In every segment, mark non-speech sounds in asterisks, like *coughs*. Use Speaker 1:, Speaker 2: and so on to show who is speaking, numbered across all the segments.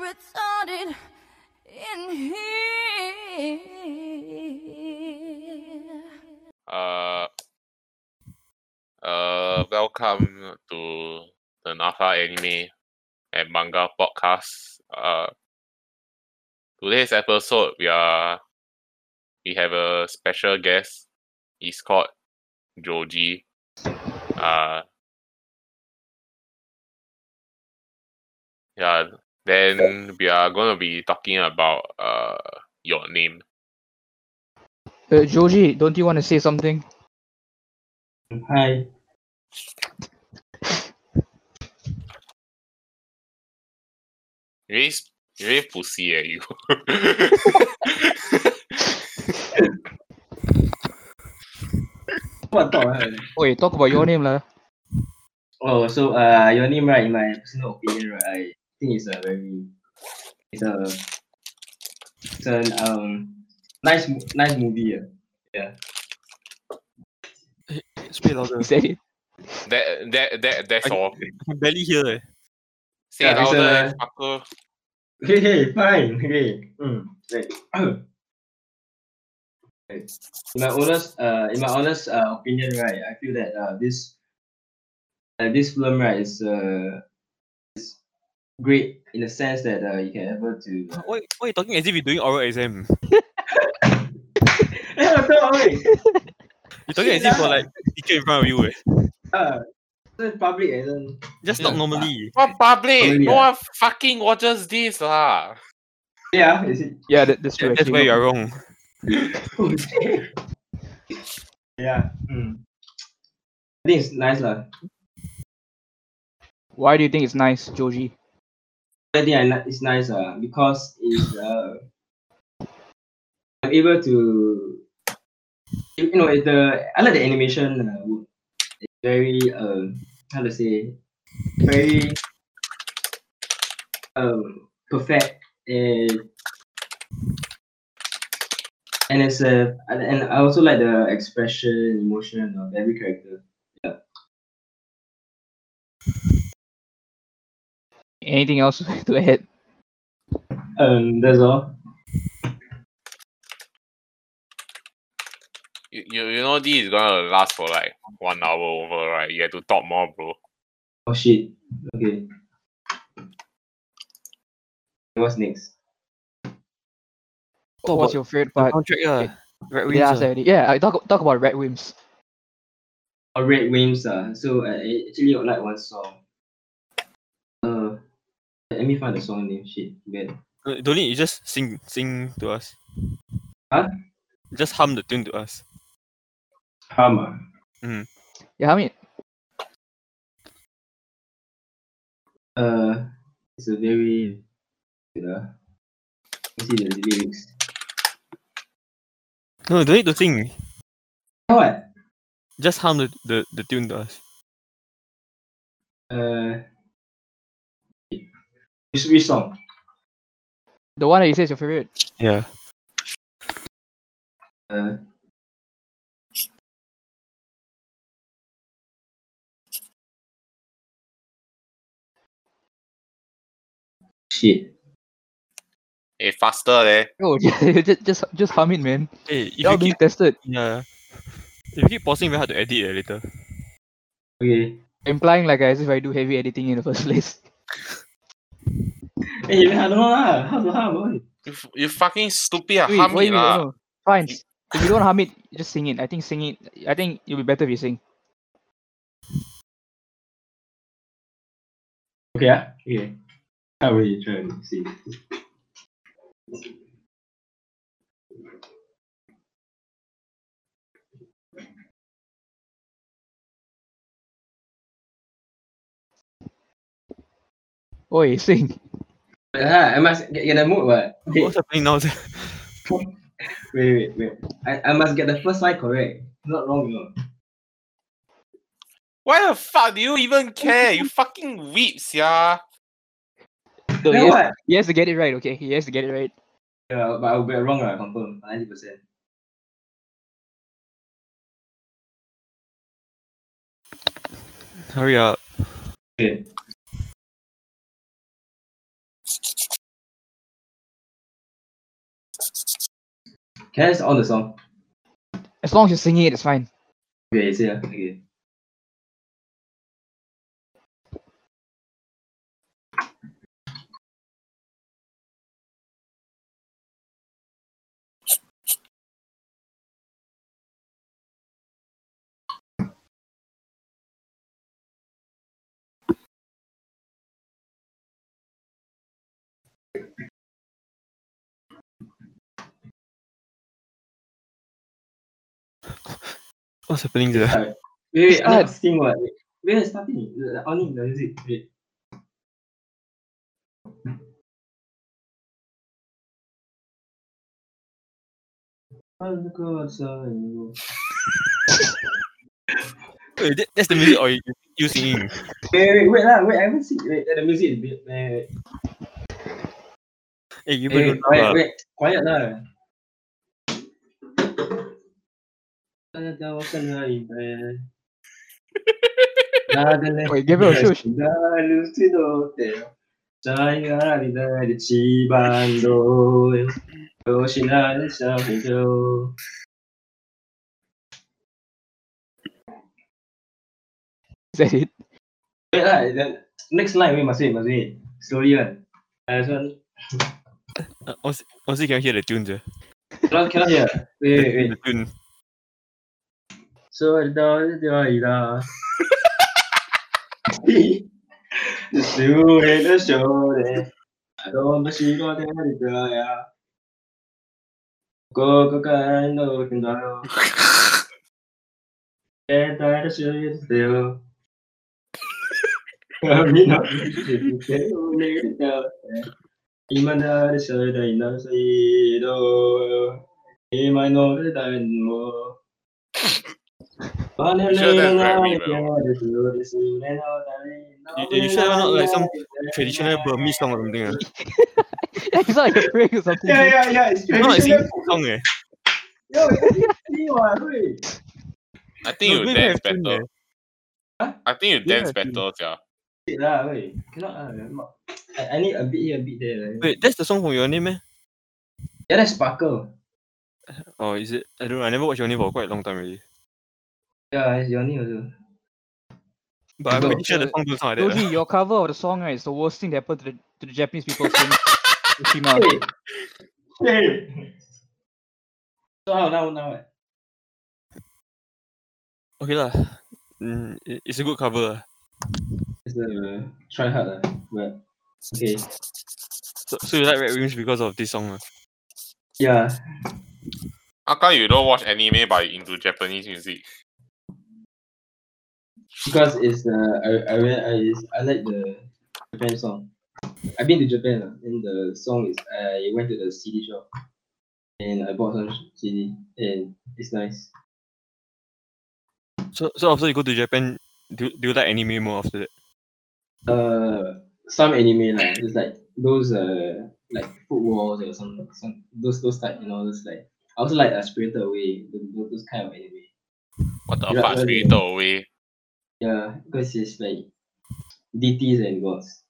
Speaker 1: that's haunted in here.
Speaker 2: Uh, uh, welcome to the Nafa Anime and Manga Podcast. Uh, today's episode, we are we have a special guest. He's called Joji. Uh, yeah. Then we are gonna be talking about uh your name.
Speaker 3: Uh, Georgie, don't you want to say something?
Speaker 4: Hi.
Speaker 2: You really, s- you really pussy at you. *laughs*
Speaker 4: What the hell?
Speaker 3: Wait, talk about your name lah.
Speaker 4: Oh, so uh, your name, right? In my personal opinion, right, I think it's a very, it's a, it's an um, nice, mo- nice movie. Yeah.
Speaker 5: Speak
Speaker 3: *laughs*
Speaker 5: louder.
Speaker 3: Is that it?
Speaker 2: that that that that's
Speaker 5: I-
Speaker 2: all.
Speaker 5: I can barely hear. Eh.
Speaker 2: Say
Speaker 4: Yeah, it's
Speaker 2: louder, fucker.
Speaker 4: Okay, hey, fine. Okay. Mm. Right. *coughs* Right. In my honest, uh, in my honest uh, opinion, right, I feel that uh, this, uh, this film, right, is uh, is great in the sense that uh, you can ever to.
Speaker 5: Why, why you talking as if you're doing oral exam?
Speaker 4: Hey, what the hell?
Speaker 5: You're talking as if for like teacher in front of you. Eh.
Speaker 4: Uh, it's public and then
Speaker 5: Just talk
Speaker 4: Yeah.
Speaker 5: normally.
Speaker 2: What public?
Speaker 4: Oh,
Speaker 2: No
Speaker 4: yeah.
Speaker 2: one fucking watches this lah.
Speaker 4: yeah, is it?
Speaker 3: Yeah, that, that's true.
Speaker 5: That's where
Speaker 3: actually.
Speaker 5: you are wrong.
Speaker 4: yeah. Mm. I think it's nice lah.
Speaker 3: Why do you think it's nice, Georgie?
Speaker 4: I think I li- it's nice uh, because it's uh, I'm able to you you know it, the I like the animation uh, work. It's very uh, how to say very um perfect and and it's uh, and and I also like the expression emotion of every character.
Speaker 3: Anything else *laughs* to add?
Speaker 4: Um, that's all.
Speaker 2: You, you, you know this is gonna last for like one hour over, right? You have to talk more, bro.
Speaker 4: Oh shit. Okay. What's next?
Speaker 5: Talk
Speaker 3: What's
Speaker 5: about
Speaker 3: your favorite part?
Speaker 5: Contract, yeah. Red uh.
Speaker 3: They asked already. Yeah, I talk talk about Red Wimps.
Speaker 4: or Red Wimps. Uh. So I I actually would like one song. Uh, let me find the song name. Shit, man.
Speaker 5: Don't need, you just sing sing to us.
Speaker 4: Huh?
Speaker 5: Just hum the tune to us.
Speaker 4: Hammer.
Speaker 3: Yeah, I mean,
Speaker 4: Uh, it's a very. Uh, let me see the lyrics.
Speaker 5: No, don't need to sing.
Speaker 4: What?
Speaker 5: Just hum the, the, the tune to us.
Speaker 4: Uh, which, which song?
Speaker 3: the one that you say is your favorite.
Speaker 5: Yeah.
Speaker 4: Uh, shit.
Speaker 2: Hey, Eh, faster there.
Speaker 3: Oh, *laughs* just just just hum it, man.
Speaker 5: Hey, if
Speaker 3: You're
Speaker 5: you
Speaker 3: all being
Speaker 5: keep,
Speaker 3: tested,
Speaker 5: yeah. If you keep pausing, very hard to edit eh, later.
Speaker 4: Okay.
Speaker 3: implying like as if I do heavy editing in the first *laughs* place.
Speaker 4: Hey, I don't know lah. How to how boy?
Speaker 2: You, f- you fucking stupid
Speaker 3: Wait,
Speaker 2: hum it
Speaker 3: wait, wait,
Speaker 5: uh.
Speaker 2: lah.
Speaker 3: no. Fine. If you don't hum it, just sing it. I think sing it. I think it'll be better if you sing.
Speaker 4: Okay, ah, okay. I will try and see.
Speaker 3: Oi, *laughs* sing.
Speaker 4: Ah, I must get, get the mood, what? *laughs* Wait,
Speaker 5: What's happening now? sia?
Speaker 4: wait, wait, wait. I, I must get the first line correct. Not wrong, you know.
Speaker 2: Why the fuck do you even care? You fucking weeps, yeah.
Speaker 4: *laughs*
Speaker 3: No,
Speaker 4: Then
Speaker 3: he, has,
Speaker 4: what?
Speaker 3: he has to get it right. Okay, he has to get it right.
Speaker 4: Yeah, but I'll be wrong, right? Confirm, ninety percent.
Speaker 5: *laughs* Hurry up.
Speaker 4: Okay. Can I just on the song?
Speaker 3: As long as you're singing it, it's fine.
Speaker 4: Okay, it's here. uh, Okay.
Speaker 5: What's happening there?
Speaker 4: Wait, wait, I'm
Speaker 3: Start.
Speaker 4: not asking what. Wait, where is starting? Uh, Only the music. Wait. Oh my god, so
Speaker 5: Wait, that, that's the music or you, you singing?
Speaker 4: Wait, wait, wait, lah, wait, I haven't seen wait, the music is wait, wait,
Speaker 5: Hey, you uh,
Speaker 4: wait, wait,
Speaker 5: better know
Speaker 4: wait,
Speaker 5: lah.
Speaker 4: wait, quiet lah. Wait,
Speaker 3: *laughs* Wait, give it a shush. Is that it?
Speaker 4: Wait lah, the next line we must wait, must wait. Slowly one. Uh, this one
Speaker 5: Uh, honestly, honestly, can hear the tunes. eh.
Speaker 4: cannot, cannot hear. Wait, wait, wait.
Speaker 5: The tune.
Speaker 4: So da da da. Just do it, just show it. I don't know she got it, da ya. Go go go, no can do. And I just show you still. I mean, no. Even though I show you, I know she do. You might know that I know.
Speaker 2: You sure that's very well.
Speaker 5: You- you sure that's not like some Traditional Burmese song or something. ah.
Speaker 3: it's not like a prank or something.
Speaker 4: Yeah, yeah, yeah. It's
Speaker 5: No, it's
Speaker 4: traditional.
Speaker 5: singing folk song eh.
Speaker 4: Yo, it's really what, wait.
Speaker 2: I think
Speaker 5: No,
Speaker 2: you
Speaker 5: don't
Speaker 2: dance
Speaker 5: have tune,
Speaker 2: better.
Speaker 4: Huh?
Speaker 2: I think you
Speaker 5: Don't
Speaker 2: dance
Speaker 5: have tune.
Speaker 2: better, yeah.
Speaker 4: Wait lah, wait. Cannot lah. not- I, I need a bit here, a bit there. Like.
Speaker 5: Wait, that's the song from Your Name eh?
Speaker 4: Yeah, that's sparkle.
Speaker 5: Oh, is it? I don't know. I never watched Your Name for quite a long time already.
Speaker 4: Yeah, it's Johnny also.
Speaker 5: But I'm
Speaker 4: No,
Speaker 5: pretty sure the
Speaker 3: uh,
Speaker 5: song don't sound like that.
Speaker 3: Doji, your cover of the song right, is the worst thing that happened to the, to the Japanese people since
Speaker 4: *laughs*
Speaker 3: Fukushima.
Speaker 4: Wait. Wait. *laughs* So how now, now? eh?
Speaker 5: ah. Okay lah. Mm, it- it's a good cover. ah.
Speaker 4: It's a uh, try hard lah. But, okay.
Speaker 5: So, so you like Red Wings because of this song? ah?
Speaker 4: Yeah.
Speaker 2: How come you don't watch anime but you into Japanese music?
Speaker 4: Because it's uh, I I re- I, is- I like the Japan song. I've been to Japan lah, and the song is I went to the CD shop and I bought some sh- CD and it's nice.
Speaker 5: So, so after you go to Japan, do, do you like anime more after that?
Speaker 4: Uh, some anime lah, it's like those uh like food wars or some some those those type you know those like I also like uh, Spirited Away those, those- those kind of anime.
Speaker 2: What the
Speaker 4: Yeah,
Speaker 2: fuck,
Speaker 4: yeah,
Speaker 2: spirited away?
Speaker 4: Yeah, because it's like deities and gods.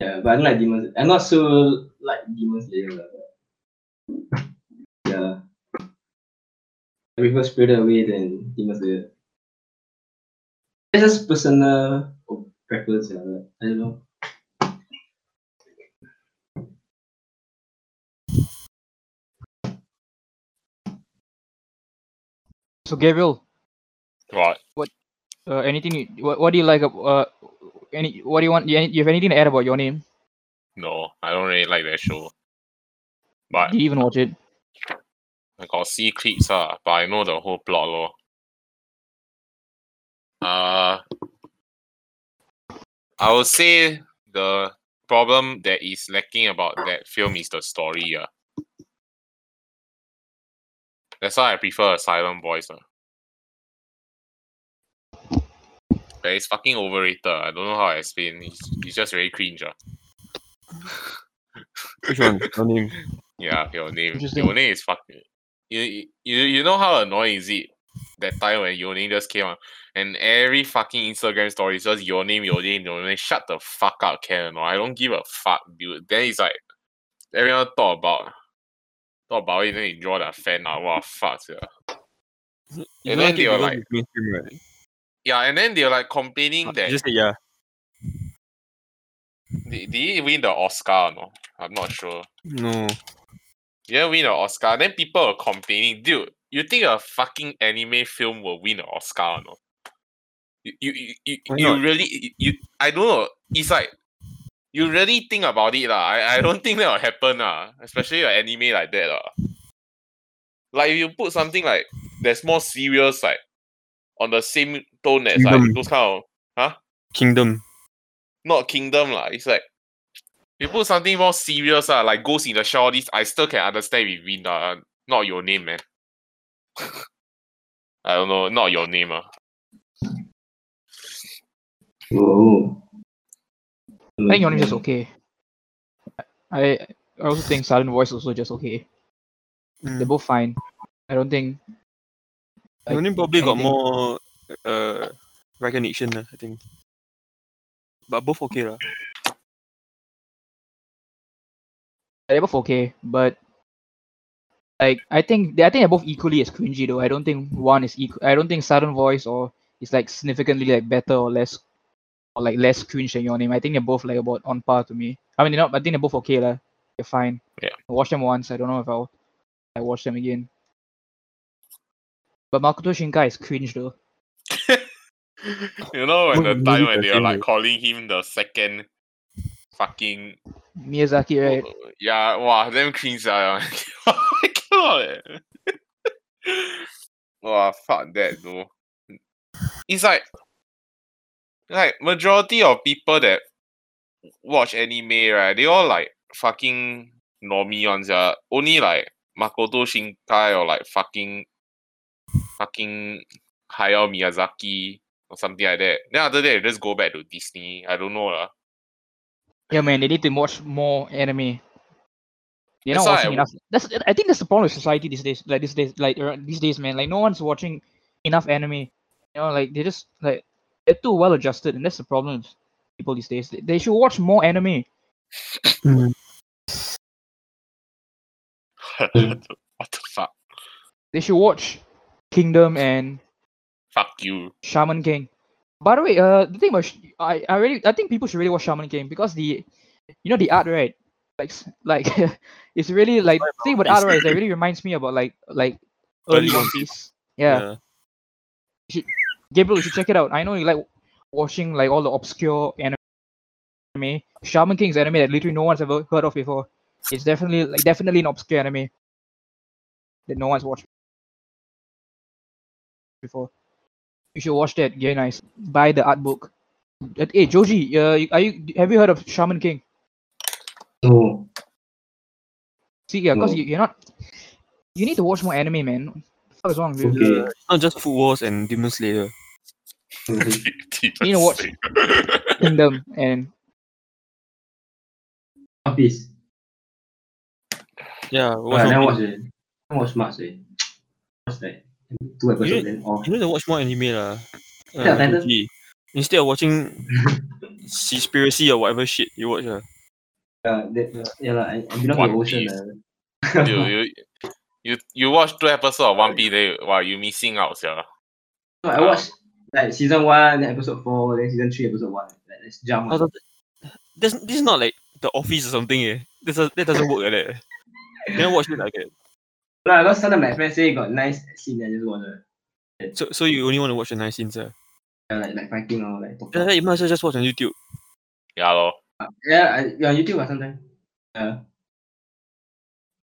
Speaker 4: Yeah, but I don't like demons. I'm not so like demons later. lah, but- Yeah. I prefer Spirited Away than Demon Slayer. It's just personal op- preference, yeah. like, I don't know.
Speaker 3: So Gabriel,
Speaker 2: What?
Speaker 3: uh, anything? You, what, what do you like? ab- Uh, any? What do you want? You, any- you have anything to add about your name?
Speaker 2: No, I don't really like that show. But
Speaker 3: Did you even watch it?
Speaker 2: I got see clips ah, but I know the whole plot lor. Uh I would say the problem that is lacking about that film is the story ah. That's why I prefer a silent voice ah. But it's fucking overrated. ah. I don't know how I explain. It's, it's just very cringe ah.
Speaker 5: Which one? Your name.
Speaker 2: Yeah, your name.
Speaker 3: Interesting.
Speaker 2: Your name is fucking. You, you you you know how annoying is it that time when your name just came out and every fucking Instagram story is just your name, your name, your name. Shut the fuck up, Ken. or not. I don't give a fuck, dude. Then it's like everyone talk about thought about it, then you draw that fan out. Wow, fuck. Yeah.
Speaker 5: You
Speaker 2: And
Speaker 5: know,
Speaker 2: then they
Speaker 5: you
Speaker 2: were
Speaker 5: know
Speaker 2: like-
Speaker 5: it's mainstream, right?
Speaker 2: yeah, and then they're like complaining
Speaker 5: You
Speaker 2: that
Speaker 5: Uh, Just say, yeah.
Speaker 2: did, did he win the Oscar or no? I'm not sure.
Speaker 5: No.
Speaker 2: He didn't win an Oscar. Then people were complaining, dude. You think a fucking anime film will win an Oscar or no? You you you, you,
Speaker 5: Why
Speaker 2: you
Speaker 5: not?
Speaker 2: really you, you- I don't know. It's like you really think about it lah. I, I don't think that will happen lah. Especially an anime like that lah. Like if you put something like that's more serious like on the same tone as like
Speaker 5: Kingdom.
Speaker 2: those kind of
Speaker 5: Kingdom.
Speaker 2: not kingdom lah. It's like you put something more serious lah, like Ghost in the Shell. This I still can understand if we win lah. Not your name, man. *laughs* I don't know. Not your name, ah.
Speaker 4: Whoa.
Speaker 3: I think your name is just okay. I I also think silent voice also just okay. They're
Speaker 5: Mm.
Speaker 3: both fine. I don't think like,
Speaker 5: Only probably got
Speaker 3: anything-
Speaker 5: more uh, recognition, lah, I think. But both okay lah.
Speaker 3: they're both okay, but like I think they, I think they're both equally as cringy though. I don't think one is equal. I don't think silent voice or is like significantly like better or less or like less cringe than your name. I think they're both like about on par to me. I mean, they're not. I think they're both okay lah. They're fine.
Speaker 2: Yeah.
Speaker 3: I watched them once. I don't know if I'll I watch them again. But Makoto Shinkai is cringe though.
Speaker 2: you know, at the
Speaker 5: Won't *laughs* really
Speaker 2: time
Speaker 5: be
Speaker 2: when
Speaker 5: the
Speaker 2: they were
Speaker 5: same
Speaker 2: like
Speaker 5: way.
Speaker 2: calling him the second fucking
Speaker 3: Miyazaki, right?
Speaker 2: yeah, wow, them cringe ah. *laughs* I cannot. wow, fuck that though. It's like like majority of people that watch anime, right? They all like fucking normie ones, yeah. Only like Makoto Shinkai or like fucking fucking Hayao Miyazaki or something like that. Then after that, they just go back to Disney. I don't know lah.
Speaker 3: Yeah, man, they need to watch more anime. They're
Speaker 2: That's
Speaker 3: not
Speaker 2: why
Speaker 3: watching
Speaker 2: I-
Speaker 3: enough. That's I think that's the problem with society these days. Like these days, like uh, these days, man, like no one's watching enough anime. You know, like they just like they're too well adjusted, and that's the problem with people these days. They, they should watch more anime.
Speaker 2: Mm. what the fuck?
Speaker 3: They should watch Kingdom and
Speaker 2: Fuck you. *laughs*
Speaker 3: Shaman King. By the way, uh, the thing about sh- I, I really I think people should really watch Shaman King because the, you know the art right, like s- like *laughs* it's really like the thing about
Speaker 5: One
Speaker 3: art right,
Speaker 5: Piece.
Speaker 3: is that really reminds me about like like
Speaker 5: Early
Speaker 3: early
Speaker 5: One
Speaker 3: One Piece. Yeah, Gabriel, you should check it out. I know you like watching like all the obscure anime. Shaman King's anime that literally no one's ever heard of before. It's definitely like definitely an obscure anime that no one's watched before. You should watch that. Very nice. Buy the art book. Uh, Hey Joji, uh, you- are you have you heard of Shaman King?
Speaker 4: Oh,
Speaker 3: See, yeah, because
Speaker 4: No.
Speaker 3: you, you're not. You need to watch more anime, man. What the fuck is wrong with you?
Speaker 4: okay.
Speaker 5: It's not just Food Wars and Demon Slayer.
Speaker 4: Mhm.
Speaker 2: Demon
Speaker 3: You know what?
Speaker 2: Slayer.
Speaker 3: Kingdom and
Speaker 4: One Piece.
Speaker 5: Yeah.
Speaker 4: But I
Speaker 5: Watch
Speaker 4: never
Speaker 5: more,
Speaker 4: watch it. I watch much eh. Watch like two
Speaker 5: You-
Speaker 4: episodes then off.
Speaker 5: you need to watch more anime lah.
Speaker 4: Yeah,
Speaker 5: Uh,
Speaker 4: Titan.
Speaker 5: OG. Instead of
Speaker 2: *laughs*
Speaker 5: watching Seaspiracy or whatever shit you watch, uh,
Speaker 4: Yeah, that, yeah, lah. I, I belong to
Speaker 2: One
Speaker 4: the ocean.
Speaker 2: Piece.
Speaker 4: lah.
Speaker 2: you, you, you, you watch two episodes of One Piece, then you, wow, you missing out, yeah.
Speaker 4: No, I watched like season one, then episode four, then season three, episode one. Like, let's jump.
Speaker 5: Oh, this this is not like the office or something. Eh. This does- that doesn't work like that. eh. You don't watch it like that.
Speaker 4: No, because sometimes my friends say got nice scene, I just wanna
Speaker 5: So so you only want to watch the nice scenes. Uh.
Speaker 4: yeah, like like Ờ, fighting or like talk.
Speaker 5: Yeah, you might as well just watch on YouTube.
Speaker 2: Yeah, lor.
Speaker 4: Yeah, I, à, you're on YouTube or sometimes. Yeah. Ờ.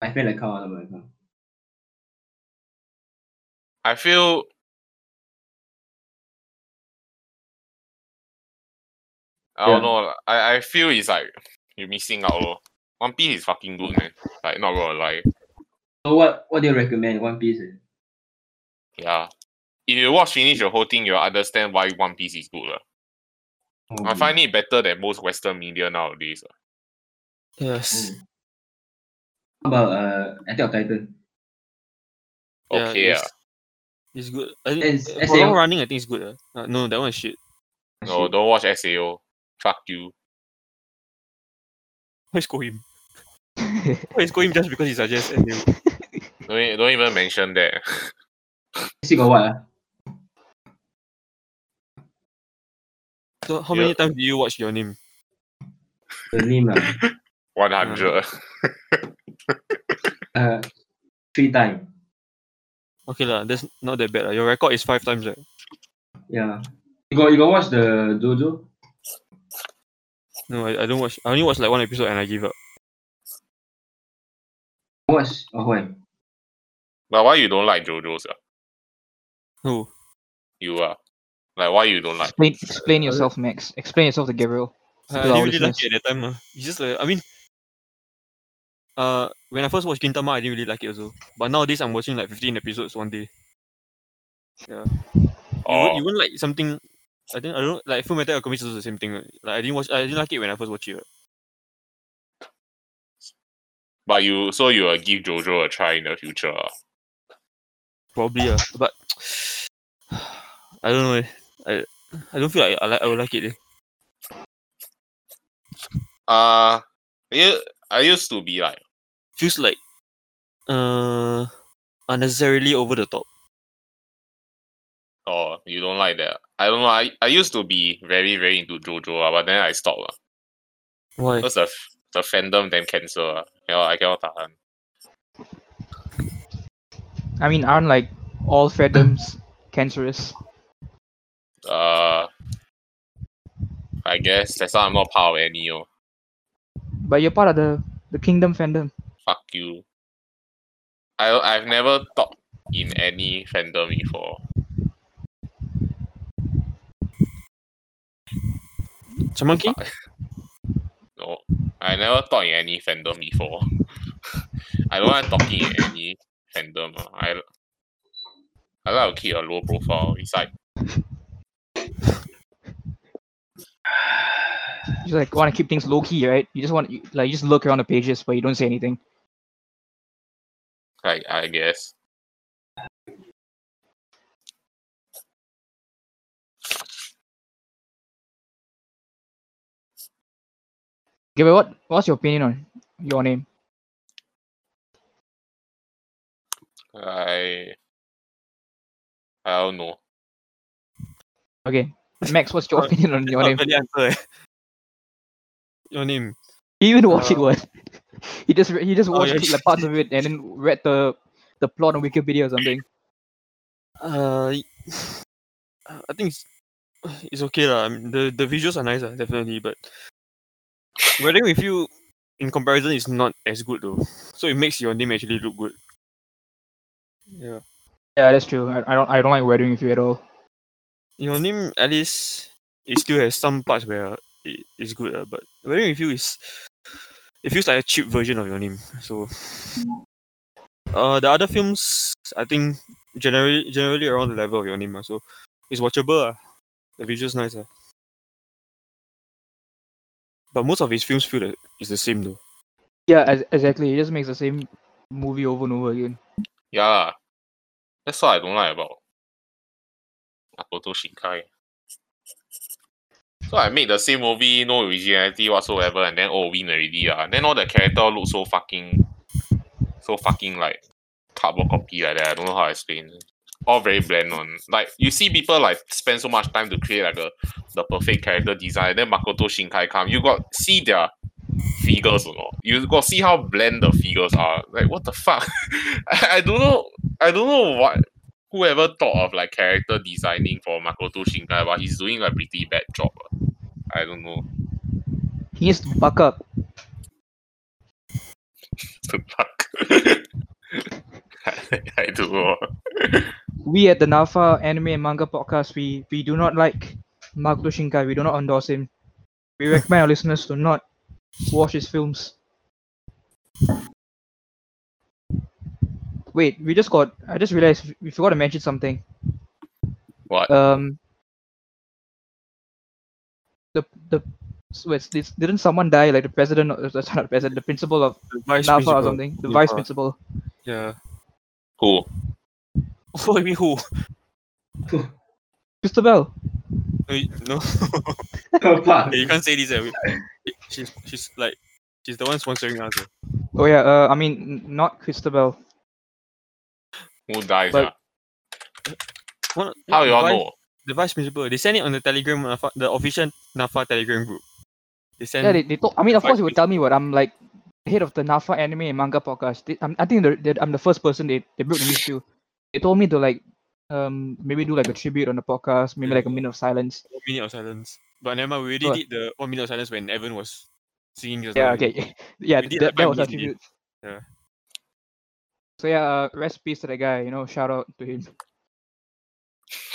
Speaker 4: My friend like call my account.
Speaker 2: I feel I
Speaker 4: Yeah.
Speaker 2: don't know. like, I, I feel it's like you're missing out. Lor. One Piece is fucking good, man. Like not gonna lie.
Speaker 4: So what what do you recommend? One Piece. eh?
Speaker 2: Yeah. If you watch finish the whole thing, you'll understand why One Piece is good. lah. I find it better than most Western media nowadays. lah.
Speaker 5: Yes.
Speaker 4: Mm. How about uh Attack of Titan?
Speaker 5: Yeah,
Speaker 2: Okay, yeah.
Speaker 5: It's, it's good. I think,
Speaker 4: It's-
Speaker 5: uh,
Speaker 4: it's
Speaker 5: for
Speaker 4: a-
Speaker 5: long running, I think it's good. Uh. Uh, no, that one is shit.
Speaker 2: No, don't watch SAO. Fuck you. *laughs*
Speaker 5: Let's go him. Why is going just because he suggests and you
Speaker 2: Don't, e- don't even mention
Speaker 5: *laughs*
Speaker 2: that.
Speaker 4: Next week or what? ah?
Speaker 5: So how
Speaker 2: Yeah.
Speaker 5: many times do you watch your name?
Speaker 4: The name
Speaker 2: *laughs*
Speaker 4: ah.
Speaker 2: 100.
Speaker 4: Uh, three times.
Speaker 5: Okay lah, that's not that bad. lah. Your record is five times, right?
Speaker 4: Yeah. You got you got watch the Jojo?
Speaker 5: No, I, I don't watch. I only watch like one episode and I give up.
Speaker 4: Watch oh why?
Speaker 2: But why you don't like JoJo's? ah?
Speaker 5: Who?
Speaker 2: You are. Like, why you don't like?
Speaker 3: Explain, explain yourself, Max. Explain yourself to Gabriel.
Speaker 5: I
Speaker 3: To our
Speaker 5: I didn't Uh, really like
Speaker 3: listeners.
Speaker 5: it at that time. lah. It's just like I mean, uh, when I first watched Gintama, I didn't really like it also. But nowadays, I'm watching like 15 episodes one day. *laughs* You,
Speaker 2: Oh,
Speaker 5: won't, you won't like something. I think I don't like Full Metal Alchemist is also the same thing. right? Like I didn't watch. I didn't like it when I first watched it. right?
Speaker 2: but you, so you will give JoJo a try in the future. ah?
Speaker 5: Probably, uh, but I don't know. eh. I I don't feel like I like I would like it. eh.
Speaker 2: Uh, you, I used to be like,
Speaker 5: Feels like uh unnecessarily over the top.
Speaker 2: oh, you don't like that. I don't know. I, I used to be very, very into JoJo, ah, but then I stopped. ah.
Speaker 5: Why?
Speaker 2: Because the, f- the fandom then cancel. ah. Cannot, I cannot tahan.
Speaker 3: I mean, aren't like all fandoms cancerous?
Speaker 2: Uh, I guess that's why I'm not part of any. Oh,
Speaker 3: But you're part of the the Kingdom fandom.
Speaker 2: fuck you. I I've never talked in any fandom before.
Speaker 5: Someone came?
Speaker 2: No, I never talked in any fandom before. *laughs* I don't like talking in any fandom. ah. I I like to keep a low profile. It's like
Speaker 3: You just like want to keep things low key, right? You just want you- like you just look around the pages, but you don't say anything.
Speaker 2: I I guess.
Speaker 3: Gabriel, what what's your opinion on your name?
Speaker 2: I I don't know.
Speaker 3: Okay, Max, what's
Speaker 5: *laughs*
Speaker 3: your
Speaker 5: Uh,
Speaker 3: opinion on your
Speaker 5: Not
Speaker 3: name?
Speaker 5: really answer, eh. *laughs* Your name.
Speaker 3: He *laughs* even watched it
Speaker 5: Uh,
Speaker 3: once. he just re- he just
Speaker 5: oh,
Speaker 3: watched
Speaker 5: yeah.
Speaker 3: it, like parts of it and then read the the plot on Wikipedia or something.
Speaker 5: Uh, y- *sighs* I think it's, it's okay lah. I mean, the the visuals are nice lah, definitely. But Wedding with You, in comparison, is not as good though. So it makes your name actually look good. Yeah,
Speaker 3: Yeah, that's true. I, I don't I don't like wedding with you at all.
Speaker 5: your name at least it still has some parts where it is good lah. But Wedding with You is it feels like a cheap version of your name. So uh, the other films I think generally generally around the level of your name. lah, So it's watchable. ah. The visuals nice. ah. But most of his films feel that it's the same though.
Speaker 3: Yeah, as, exactly. He just makes the same movie over and over again.
Speaker 2: Yeah, lah. that's what I don't like about Makoto Shinkai. So I made the same movie, no originality whatsoever, and then oh win already ah. Then all the character look so fucking, so fucking like cardboard copy like that. I don't know how to explain. All very bland on. Like you see people like spend so much time to create like a the perfect character design. Then Makoto Shinkai come, you got see their figures or not? You got see how bland the figures are. Like what the fuck? *laughs* I, I don't know. I don't know what whoever thought of like character designing for Makoto Shinkai, but he's doing a pretty bad job. ah. I don't know. *laughs*
Speaker 3: He needs to buck up.
Speaker 2: The fuck. I, *laughs* I don't know.
Speaker 3: We at the Nafa Anime and Manga Podcast, we we do not like Makoto Shinkai. We do not endorse him. We recommend our listeners to not watch his films. Wait, we just got. I just realized we forgot to mention something.
Speaker 2: What?
Speaker 3: Um. The the so it's, it's, didn't someone die like the president? Or, that's not the president. The principal of
Speaker 5: The vice
Speaker 3: Nafa
Speaker 5: principal.
Speaker 3: or something. The
Speaker 5: Yeah.
Speaker 3: vice principal.
Speaker 5: Yeah.
Speaker 2: Who?
Speaker 5: What do you mean *laughs* who?
Speaker 3: Christabel.
Speaker 5: No, you- no. *laughs*
Speaker 4: Fuck. Oh,
Speaker 5: uh, you can't say this. eh, we- She's she's like she's the one sponsoring us. eh.
Speaker 3: Oh yeah, uh, I mean n- not Christabel.
Speaker 2: Who dies?
Speaker 3: But-
Speaker 2: ah?
Speaker 5: One,
Speaker 2: How you all
Speaker 5: the vice,
Speaker 2: know? *laughs*
Speaker 5: The vice principal. They send it on the Telegram, uh, NAFA, the official NAFA Telegram group. They send.
Speaker 3: yeah, they, they talk. I mean, of
Speaker 2: Like-
Speaker 3: course, they would tell me what I'm like head of the Nafa anime and manga podcast. They, I'm, I think they're, they're- I'm the first person they they broke the news to. They told me to like um maybe do like a tribute on the podcast, maybe like a minute of silence.
Speaker 5: one minute of silence. But never mind, we already
Speaker 3: Sure.
Speaker 5: did the one minute of silence when Evan was singing. just
Speaker 3: Yeah,
Speaker 5: now.
Speaker 3: okay, *laughs* yeah,
Speaker 5: We did
Speaker 3: that, that
Speaker 5: that by
Speaker 3: was our
Speaker 5: mid-day.
Speaker 3: tribute.
Speaker 5: Yeah.
Speaker 3: So yeah, uh, rest peace to that guy. You know, shout out to him.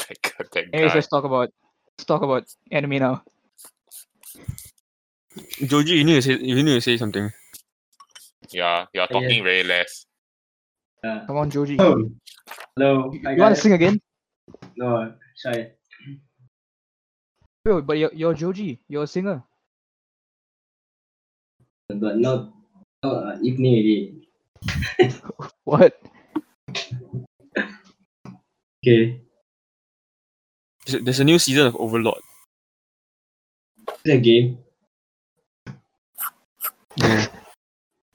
Speaker 2: That guy- that guy.
Speaker 3: Anyways, let's talk about let's talk about anime now.
Speaker 5: Joji, you need to say you need to say something.
Speaker 2: Yeah, you're
Speaker 4: yeah.
Speaker 2: talking very less.
Speaker 4: Yeah.
Speaker 3: Come on, Joji.
Speaker 4: Hello. Hello.
Speaker 3: You
Speaker 4: I
Speaker 3: want
Speaker 4: got
Speaker 3: to
Speaker 4: it.
Speaker 3: sing again?
Speaker 4: No, uh, shy.
Speaker 3: Bro, but you're, you're Joji. You're a singer.
Speaker 4: But not, not uh, evening already.
Speaker 3: What?
Speaker 4: Okay.
Speaker 5: There's a, there's a new season of Overlord.
Speaker 4: It's a game.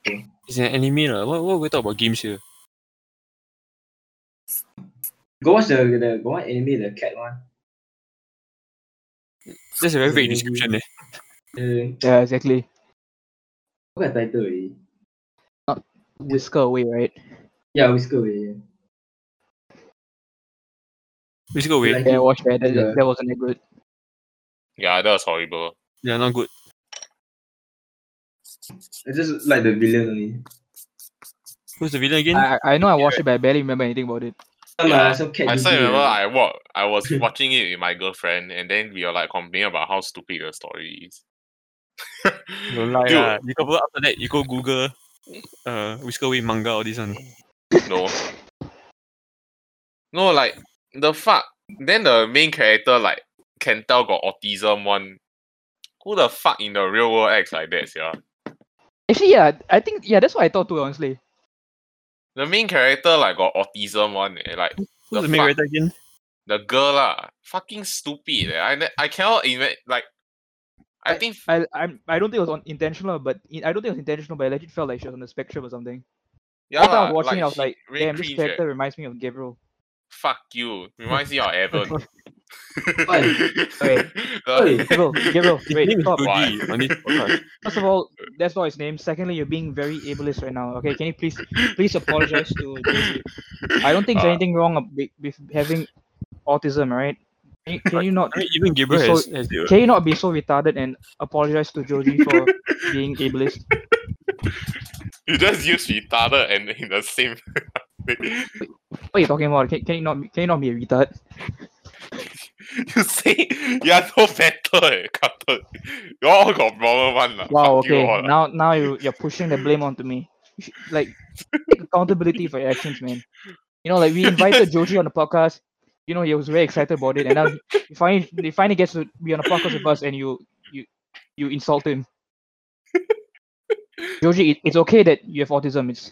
Speaker 5: It's an anime, lah. What what we talk about games here?
Speaker 4: Go watch the, the go watch anime, the cat one.
Speaker 5: That's a very vague
Speaker 4: Mm.
Speaker 5: description. Eh.
Speaker 4: Uh,
Speaker 3: Yeah, exactly.
Speaker 4: forgot the title already.
Speaker 3: Whisker away, right?
Speaker 4: Yeah, Whisker already.
Speaker 5: We should go away.
Speaker 4: Like-
Speaker 3: Yeah, watch that. That,
Speaker 4: Yeah.
Speaker 3: that wasn't that good.
Speaker 2: Yeah, that was horrible.
Speaker 5: Yeah, not good.
Speaker 4: I just like the villain only.
Speaker 5: Who's the villain again?
Speaker 3: I, I I know I watched it, but I barely remember anything about it.
Speaker 4: Some,
Speaker 2: Yeah.
Speaker 4: uh, some cat
Speaker 2: I still
Speaker 4: dude,
Speaker 2: remember
Speaker 4: uh,
Speaker 2: I wa- I was watching it with my girlfriend, and then we were like complaining about how stupid the story is.
Speaker 5: Don't lie,
Speaker 2: Dude.
Speaker 5: lah. You go after that. You go Google, uh, Whisker Away manga or this one.
Speaker 2: No. No, like the fuck. Then the main character like can tell got autism one. Who the fuck in the real world acts like that, yeah?
Speaker 3: Actually, yeah, I think yeah, that's what I thought too. Honestly,
Speaker 2: The main character like got autism one, eh, like
Speaker 5: Who's
Speaker 2: The
Speaker 5: the, main
Speaker 2: fuck?
Speaker 5: character again?
Speaker 2: the girl lah. Fucking stupid. Eh. I ne- I cannot even like. I think
Speaker 3: I I'm I don't think it was on intentional, but it, I don't think it was intentional. But I legit felt like she was on the spectrum or something.
Speaker 2: yeah,
Speaker 3: Every time I
Speaker 2: lah,
Speaker 3: was watching, I was
Speaker 2: she
Speaker 3: like,
Speaker 2: very
Speaker 3: damn, this
Speaker 2: cringe, eh.
Speaker 3: character reminds me of Gabriel.
Speaker 2: Fuck you. Reminds me of
Speaker 3: *laughs*
Speaker 2: Evan.
Speaker 3: Oi.
Speaker 2: *laughs* The-
Speaker 3: Gabriel, Gabriel,
Speaker 5: *laughs* His
Speaker 3: wait,
Speaker 5: name is
Speaker 3: stop.
Speaker 5: Joji on this podcast.
Speaker 3: First of all, that's not his name. Secondly, you're being very ableist right now. Okay, can you please please apologize to Joji? I don't think there's
Speaker 2: Uh,
Speaker 3: anything wrong ab- with, with having autism, right? Can you, can you not
Speaker 5: I mean, even Gabriel
Speaker 3: So-
Speaker 5: has, has the-
Speaker 3: can you not be so retarded and apologize to Joji for being ableist?
Speaker 2: You just use retarded and in the same.
Speaker 3: What are you talking about? Can, can you not be- can you not be a retard?
Speaker 2: *laughs* you say you are no better, eh, Carter. You all got problem one lah.
Speaker 3: Wow.
Speaker 2: Fuck you
Speaker 3: Okay.
Speaker 2: all lah.
Speaker 3: Now now you you're pushing the blame onto me. You should, like take accountability for your actions, man. You know, like
Speaker 2: *laughs*
Speaker 3: we invited Joji on the podcast. You know, he was very excited about it, and now he finally he finally gets to be on a podcast with us, and you you you insult
Speaker 2: *laughs*
Speaker 3: him. Joji, it, it's okay that you have autism. It's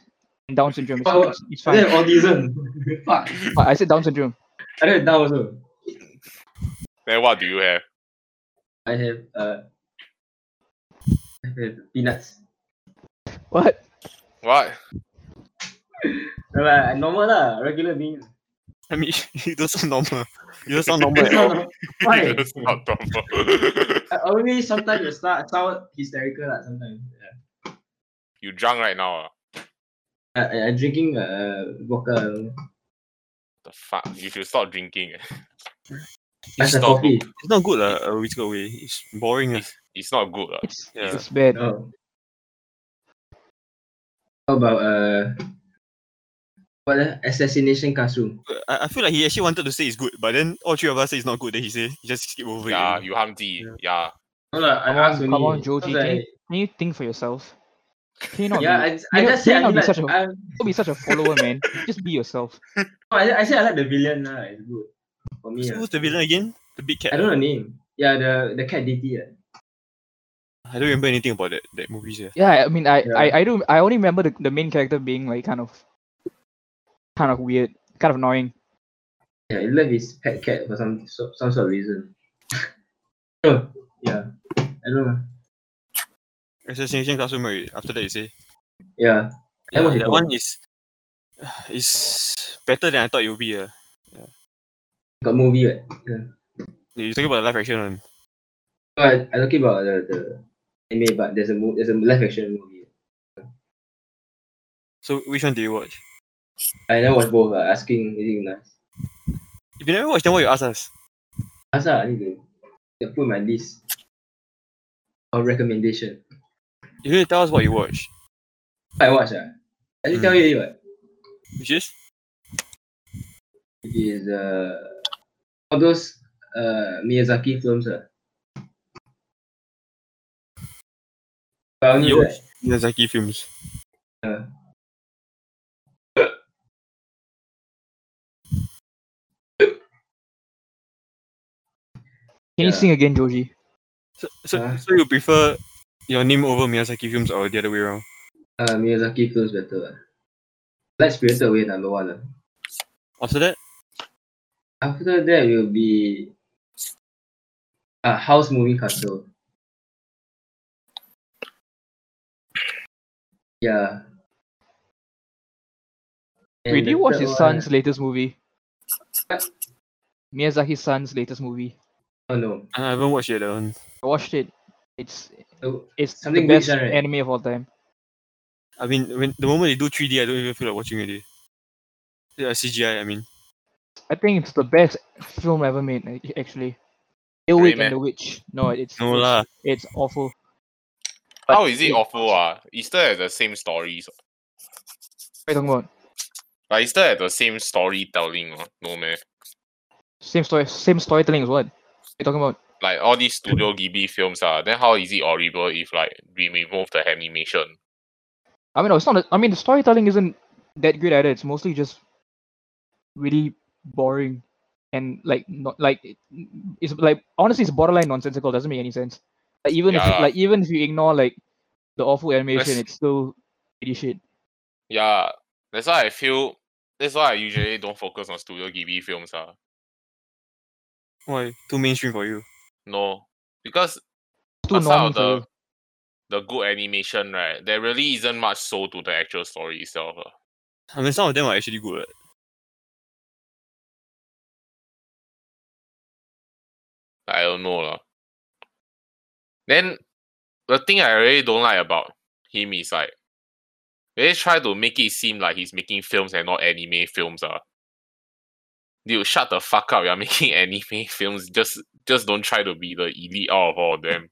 Speaker 3: and Down syndrome. It's,
Speaker 4: Oh,
Speaker 3: it's, it's
Speaker 4: I
Speaker 3: fine. Uh,
Speaker 4: don't have autism. *laughs* Fuck.
Speaker 3: I I said Down syndrome.
Speaker 4: I don't have down also.
Speaker 2: Then what do you have?
Speaker 4: I have uh I have peanuts.
Speaker 3: What?
Speaker 2: What?
Speaker 4: No, lah, normal lah, regular beans.
Speaker 5: I mean, *laughs* you don't sound normal. You don't sound normal at all.
Speaker 4: *laughs*
Speaker 2: *laughs*
Speaker 4: Why?
Speaker 2: It's not normal. *laughs*
Speaker 4: I Only sometimes you start sound hysterical lah sometimes. Yeah.
Speaker 2: you drunk right now? ah?
Speaker 4: I, I, I uh, drinking uh vodka.
Speaker 2: The fuck? You should stop drinking. *laughs* eh.
Speaker 4: That's a
Speaker 2: not
Speaker 4: coffee.
Speaker 5: It's not good, lah. Uh, Whisker Away. It's boring. ah.
Speaker 2: It's not good. ah.
Speaker 3: It's
Speaker 5: Yeah.
Speaker 3: it's bad.
Speaker 4: Oh. How about uh what uh, assassination classroom?
Speaker 5: I, I feel like he actually wanted to say it's good, but then all three of us say it's not good. Then he say he just skip over
Speaker 2: Yeah,
Speaker 5: it.
Speaker 2: you hamdi. Yeah.
Speaker 4: No, lah, I
Speaker 3: Come on,
Speaker 4: asked
Speaker 3: come
Speaker 4: only.
Speaker 3: on, Joji,
Speaker 4: Cause I-
Speaker 3: can Can you think for yourself? Can you not
Speaker 4: Yeah,
Speaker 3: be,
Speaker 4: I, I
Speaker 3: you can
Speaker 4: just said I
Speaker 3: you not be
Speaker 4: like,
Speaker 3: such a
Speaker 4: I,
Speaker 3: don't be such a follower, man. Just be yourself.
Speaker 4: No, I, I said I like the villain lah. It's good for me.
Speaker 5: So
Speaker 4: ah.
Speaker 5: who's the villain again? The big cat.
Speaker 4: I don't know the name. Yeah, the the cat DT. ah.
Speaker 5: I don't remember anything about that that movie. Yeah.
Speaker 3: Yeah, I mean, I,
Speaker 4: Yeah.
Speaker 3: I, I don't, I only remember the, the main character being like kind of, kind of weird, kind of annoying.
Speaker 4: Yeah, he left his pet cat for some so, some sort of reason. *laughs* oh, yeah, I don't know.
Speaker 5: Assassination Classroom. Right? After that, you say
Speaker 4: Yeah. That
Speaker 5: Yeah,
Speaker 4: was
Speaker 5: that
Speaker 4: good.
Speaker 5: one is *sighs* is better than I thought it would be. Uh.
Speaker 4: Got movie, right? Yeah.
Speaker 5: You're talking about the live action one.
Speaker 4: No, I, I'm talking about the, the anime, but there's a mo- there's a live action movie.
Speaker 5: So which one do you watch?
Speaker 4: I never watched both. Uh, asking is it nice?
Speaker 5: If you never watch, then why you ask us?
Speaker 4: Asa, I need to to put my list of recommendation.
Speaker 5: You need to tell us what you watch.
Speaker 4: I watch ah. I didn't tell you what.
Speaker 5: Which is
Speaker 4: It is uh all those uh Miyazaki films ah. But only
Speaker 5: You
Speaker 4: like,
Speaker 5: Miyazaki films.
Speaker 4: uh,
Speaker 3: Can you
Speaker 4: Yeah.
Speaker 3: sing again, Joji?
Speaker 5: So, so,
Speaker 4: Huh?
Speaker 5: so you prefer your name over Miyazaki films or the other way around?
Speaker 4: uh Miyazaki films better ah. Like Spirited Away number one ah.
Speaker 5: After that,
Speaker 4: After that will be a house moving castle. Yeah. And
Speaker 3: Wait,
Speaker 4: the
Speaker 3: did you watch
Speaker 4: third
Speaker 3: his
Speaker 4: one-
Speaker 3: son's latest movie?
Speaker 4: What?
Speaker 3: Miyazaki's son's latest movie.
Speaker 4: Oh no.
Speaker 5: I haven't watched yet. That one.
Speaker 3: I watched it. It's
Speaker 4: Oh,
Speaker 3: it's
Speaker 4: Something
Speaker 3: the
Speaker 4: weird
Speaker 3: best
Speaker 4: genre, right?
Speaker 3: anime of all time.
Speaker 5: I mean, when the moment they do 3D, I don't even feel like watching it. eh. Yeah, CGI. I mean,
Speaker 3: I think it's the best film ever made. ac- Actually, Illwich
Speaker 2: Really,
Speaker 3: and the Witch. No, it's
Speaker 5: no
Speaker 3: it's,
Speaker 5: lah.
Speaker 3: it's awful. But
Speaker 2: How is it
Speaker 3: it-
Speaker 2: awful? Ah, it still has the same stories.
Speaker 3: What are you talking about?
Speaker 2: Like it still has the same storytelling. ah, No man.
Speaker 3: Same story, same storytelling as what? What are you talking about?
Speaker 2: Like all these Studio Ghibli films are. Then how is it horrible if like we remove the animation?
Speaker 3: I mean, no, it's not. a- I mean, the storytelling isn't that great either. It's mostly just really boring and like not like it- n- it's like honestly, it's borderline nonsensical. Doesn't make any sense. Like, even if
Speaker 2: Yeah.
Speaker 3: you, like even if you ignore like the awful animation,
Speaker 2: Let's-
Speaker 3: it's still pretty shit.
Speaker 2: Yeah, that's why I feel. That's why I usually don't focus on Studio Ghibli films. Ah,
Speaker 5: Why too mainstream for you?
Speaker 2: no, because
Speaker 3: It's too
Speaker 2: outside
Speaker 3: normal
Speaker 2: of
Speaker 3: for you.
Speaker 2: the the good animation, right? There really isn't much soul to the actual story itself. ah.
Speaker 5: I mean, some of them are actually good. right?
Speaker 2: I don't know lah. Then the thing I really don't like about him is like they just try to make it seem like he's making films and not anime films ah. Dude, shut the fuck up! You're *laughs* making anime films. Just, just don't try to be the elite out of all of them.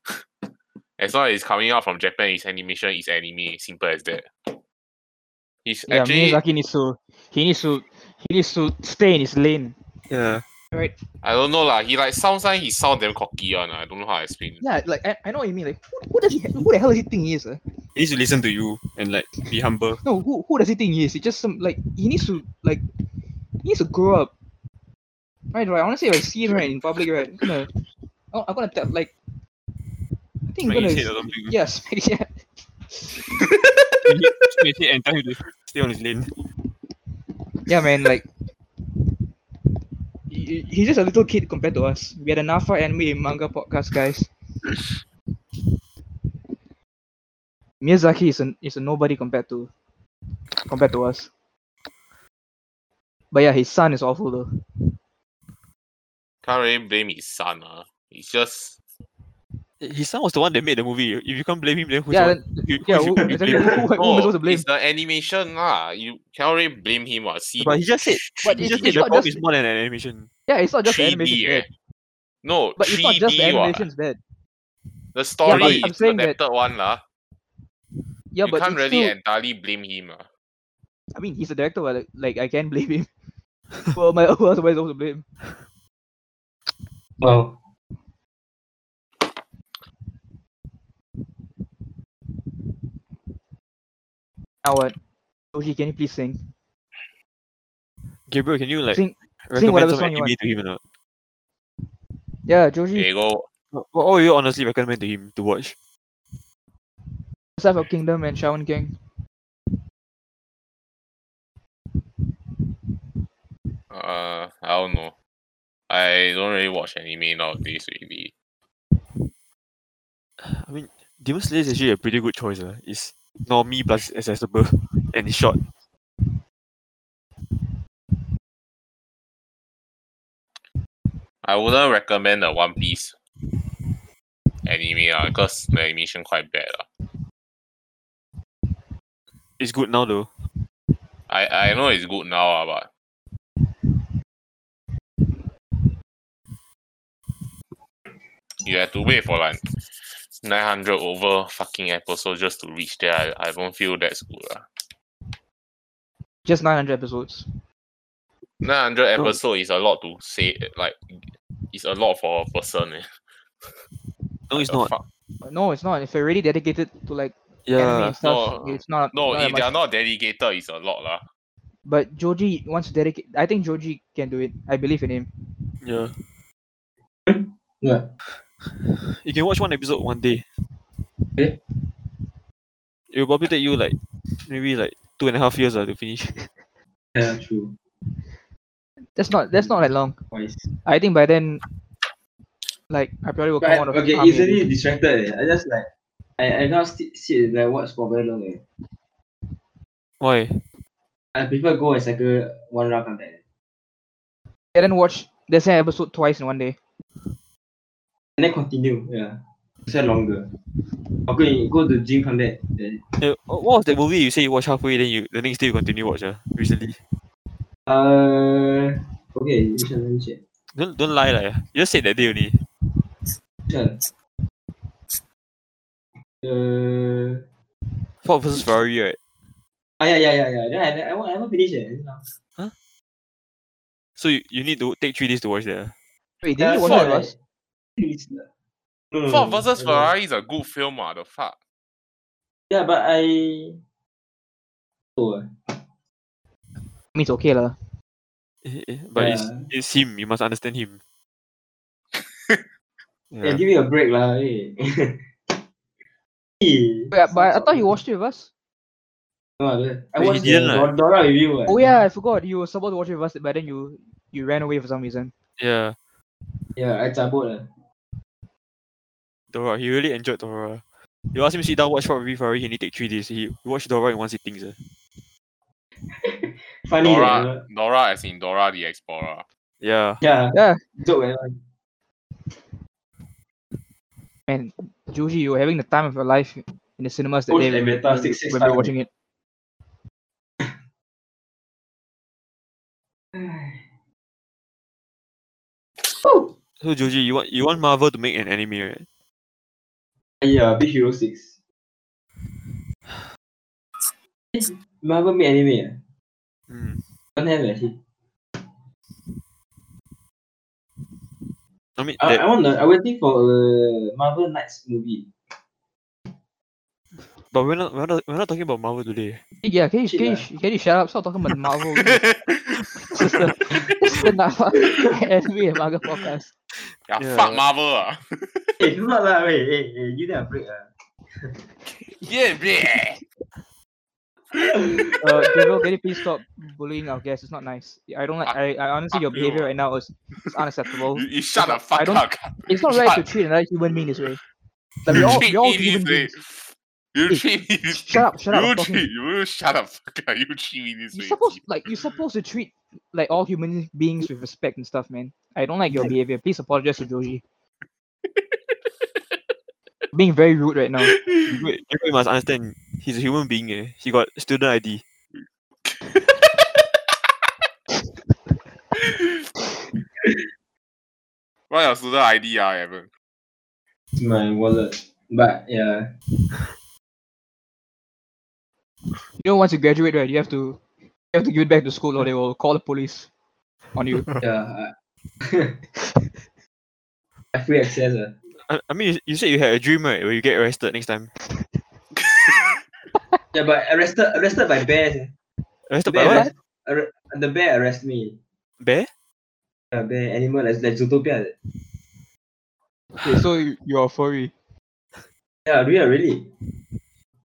Speaker 2: *laughs* as long as it's coming out from Japan, it's animation, it's anime. Simple as that. He's
Speaker 3: Yeah,
Speaker 2: actually.
Speaker 3: Miyazaki needs to he needs to he needs to stay in his lane.
Speaker 5: Yeah.
Speaker 3: Right?
Speaker 2: I don't know lah. He like sounds like he sound damn cocky one. ah, I don't know how to explain.
Speaker 3: Yeah, like I, I know what you mean. Like who, who does he who the hell does he think he is? Uh?
Speaker 5: He needs to listen to you and like be humble.
Speaker 3: No, who who does he think he is? He just some like he needs to like he needs to grow up. Right, right. Honestly, if I see him right in public, right, I'm gonna, oh, I'm gonna tell like. I think
Speaker 5: Smack
Speaker 3: I'm
Speaker 5: his
Speaker 3: gonna.
Speaker 5: head or something.
Speaker 3: Yeah, smack- *laughs* yeah.
Speaker 5: Smack his head and tell him to stay on his lane.
Speaker 3: Yeah, man. Like, he- he's just a little kid compared to us. We are the Nafa anime and manga podcast guys. Miyazaki is a is a nobody compared to compared to us. But yeah, his son is awful though.
Speaker 2: Can't really blame his son. Ah, it's just
Speaker 5: His son was the one that made the movie. If you can't blame him, then who's
Speaker 3: yeah,
Speaker 5: the one-
Speaker 3: then-
Speaker 5: you- who
Speaker 3: yeah.
Speaker 5: should
Speaker 3: Who,
Speaker 5: you
Speaker 3: exactly,
Speaker 5: blame?
Speaker 3: who, who, who am I supposed to blame?
Speaker 2: It's the animation lah. You cannot really blame him or see.
Speaker 5: But he just said,
Speaker 3: But
Speaker 5: he
Speaker 3: it's,
Speaker 5: just
Speaker 3: it's
Speaker 5: said the
Speaker 3: not
Speaker 5: problem
Speaker 3: just
Speaker 5: is more than an animation.
Speaker 3: yeah, it's not just the
Speaker 2: 3D,
Speaker 3: animation. is
Speaker 2: eh.
Speaker 3: bad,
Speaker 2: No,
Speaker 3: But it's not just the
Speaker 2: 3D what?
Speaker 3: animation's bad.
Speaker 2: The story
Speaker 3: I'm
Speaker 2: is
Speaker 3: saying that-
Speaker 2: adapted one lah.
Speaker 3: Yeah,
Speaker 2: you
Speaker 3: but
Speaker 2: can't
Speaker 3: it's
Speaker 2: really
Speaker 3: still, Hmm.
Speaker 2: entirely blame him. ah.
Speaker 3: I mean, he's the director. But like, like I can't blame him. *laughs* who am I? Who else am I supposed to blame?
Speaker 4: Wow.
Speaker 3: Now what? Oji, can you please sing?
Speaker 5: Gabriel, can you like
Speaker 3: Sing-
Speaker 5: recommend
Speaker 3: whatever
Speaker 5: some
Speaker 3: song you
Speaker 5: anime to him or not?
Speaker 3: Yeah, Joji,
Speaker 2: There you go.
Speaker 5: What what would you honestly recommend to him to watch?
Speaker 3: Staff of Kingdom and Shaman King.
Speaker 2: Uh, I don't know. I don't really watch anime nowadays. Really,
Speaker 5: I mean, Demon Slayer is actually a pretty good choice. Uh. It's normie plus accessible *laughs* and it's short.
Speaker 2: I wouldn't recommend the One Piece anime lah, because the animation quite bad ah. lah.
Speaker 5: It's good now though.
Speaker 2: I I know it's good now ah, but you have to wait for like nine hundred over fucking episodes just to reach there. I, I don't feel that's good ah. lah.
Speaker 3: Just 900 episodes.
Speaker 2: Nine hundred
Speaker 5: No.
Speaker 2: episode is a lot to say. Like, it's a lot for a person. Eh.
Speaker 5: No, it's
Speaker 2: The
Speaker 5: not.
Speaker 2: fuck?
Speaker 3: No, it's not. If you're really dedicated to like anime
Speaker 5: Yeah.
Speaker 3: and stuff,
Speaker 2: no,
Speaker 3: it's not.
Speaker 2: No,
Speaker 3: not that
Speaker 2: if
Speaker 3: much.
Speaker 2: they are not dedicated, it's a lot lah.
Speaker 3: But Joji wants to dedicate. I think Joji can do it. I believe in him.
Speaker 5: Yeah.
Speaker 4: Yeah.
Speaker 5: You can watch one episode one day.
Speaker 4: Eh?
Speaker 5: It will probably take you like maybe like two and a half years uh, to finish.
Speaker 4: Yeah, true.
Speaker 3: That's not. That's not that long.
Speaker 4: Wise.
Speaker 3: I think by then, like I probably will come
Speaker 4: But
Speaker 3: out of
Speaker 4: okay,
Speaker 3: army
Speaker 4: easily
Speaker 3: already.
Speaker 4: distracted. eh. I just like I I can't sit sit and like watch for very long. Eh.
Speaker 5: Why?
Speaker 4: I prefer go and cycle one round come back. eh?
Speaker 3: And then watch the same episode twice in one day.
Speaker 4: And then continue. Yeah. So longer. Okay, go to gym come back. Then
Speaker 5: Eh, wh- what was that movie you say you watch halfway then you the next day you continue watch uh, recently?
Speaker 4: uh okay, which one? Let me check.
Speaker 5: Don't don't lie like you just said that day only.
Speaker 4: Which one? Uh,
Speaker 5: Ford versus Ferrari right?
Speaker 4: ah yeah yeah yeah yeah. Then I I, I, won't- I haven't finished it.
Speaker 5: So you, you need to take three days to watch that. ah.
Speaker 3: Wait, did you watch
Speaker 2: four,
Speaker 3: that? Ross?
Speaker 4: No, no,
Speaker 2: Ford
Speaker 4: no,
Speaker 2: versus
Speaker 4: I don't know.
Speaker 2: Ferrari is a good film. Ah, the fuck.
Speaker 4: Yeah, but I. Oh,
Speaker 3: I mean, it's okay lah.
Speaker 5: Eh, eh, But it's,
Speaker 4: Yeah.
Speaker 5: it's him. You must understand
Speaker 4: *laughs*
Speaker 5: him.
Speaker 4: yeah.
Speaker 5: yeah.
Speaker 4: give me a break lah. Hey. *laughs* hey.
Speaker 3: Wait, but I thought you watched it with us.
Speaker 4: No, I don't- I
Speaker 5: Wait, he
Speaker 4: watched the
Speaker 5: didn't,
Speaker 4: Dora-
Speaker 5: right?
Speaker 4: Dora eh. with you.
Speaker 3: Oh yeah, I forgot you were supposed to watch it with us, but then you you ran away for some reason.
Speaker 5: yeah.
Speaker 4: Yeah, I cabut eh. lah.
Speaker 5: Dora, he really enjoyed Dora. You ask him to sit down, watch Ford versus Ferrari, he need to take three days. He watched Dora in one sitting. Uh.
Speaker 4: Funny.
Speaker 2: Dora,
Speaker 4: Dora.
Speaker 2: Dora as in Dora the Explorer.
Speaker 5: Yeah.
Speaker 4: Yeah.
Speaker 3: Yeah.
Speaker 4: Joke eh, man.
Speaker 3: Man, Joji, you were having the time of your life in the cinemas that
Speaker 4: Post
Speaker 3: day when, we-
Speaker 4: Avatar
Speaker 3: when we-
Speaker 4: 6,
Speaker 3: when we were
Speaker 4: 6
Speaker 3: watching it.
Speaker 5: So Joji, you want you want Marvel to make an anime, right?
Speaker 4: Yeah, Big Hero 6. Eh, Marvel made anime ah?
Speaker 5: Hmm.
Speaker 4: Don't have eh, actually.
Speaker 5: I mean,
Speaker 4: I,
Speaker 5: that,
Speaker 4: I want the, I waiting for a Marvel Knights *laughs* movie.
Speaker 5: but we're not, we're not we're not talking about Marvel today.
Speaker 3: Yeah, can you,
Speaker 4: Shit
Speaker 3: can, you,
Speaker 4: lah.
Speaker 3: sh- can you shut up? Stop talking about Marvel. It's the, it's the Nafa *laughs* anime and manga podcast.
Speaker 2: Yeah,
Speaker 5: Yeah.
Speaker 2: fuck Marvel. Ah. *laughs*
Speaker 4: Eh, do not lah, wait, eh, eh, give them a break ah.
Speaker 2: yeah, yeah.
Speaker 3: Uh, Gabriel, can you please stop bullying our guests? It's not nice. I don't like. I, I honestly,
Speaker 2: fuck
Speaker 3: your
Speaker 2: you.
Speaker 3: behavior right now is, is unacceptable.
Speaker 2: You, you shut
Speaker 3: I
Speaker 2: the fuck
Speaker 3: don't-
Speaker 2: up.
Speaker 3: It's not right to
Speaker 2: Shut-
Speaker 3: treat another human being this way. Like, we
Speaker 2: You
Speaker 3: all,
Speaker 2: treat
Speaker 3: we all
Speaker 2: me
Speaker 3: human
Speaker 2: this way.
Speaker 3: beings.
Speaker 2: You
Speaker 3: Hey,
Speaker 2: treat me this
Speaker 3: Shut up! Shut
Speaker 2: *laughs*
Speaker 3: up!
Speaker 2: You
Speaker 3: I'm talking-
Speaker 2: treat you shut up. *laughs* Fuck up. You treat me this
Speaker 3: You're
Speaker 2: way. *laughs*
Speaker 3: supposed like you're supposed to treat like all human beings with respect and stuff, man. I don't like your behavior. Please apologize to Joji. Being very rude right now.
Speaker 5: You, go- you go- you must understand, he's a human being. Eh. He got student ID.
Speaker 2: What your student ID ah, Evan?
Speaker 4: *laughs* My wallet. But
Speaker 5: *laughs*
Speaker 4: yeah.
Speaker 3: You know, once you graduate, right, you have to you have to give it back to school, or they will call the police on you.
Speaker 4: Yeah. I, *laughs* I free access. Uh.
Speaker 5: I, I mean, you, you said you had a dream, right? Where you get arrested next time.
Speaker 4: Yeah, but arrested arrested by bears. eh.
Speaker 5: Arrested by
Speaker 4: Bear
Speaker 5: what?
Speaker 4: arrest, arre- the bear arrest me.
Speaker 5: Bear? *laughs*
Speaker 4: Yeah, bear animal like, like Zootopia. eh.
Speaker 3: Okay, so you- you're a furry. *laughs*
Speaker 4: Yeah, really, really.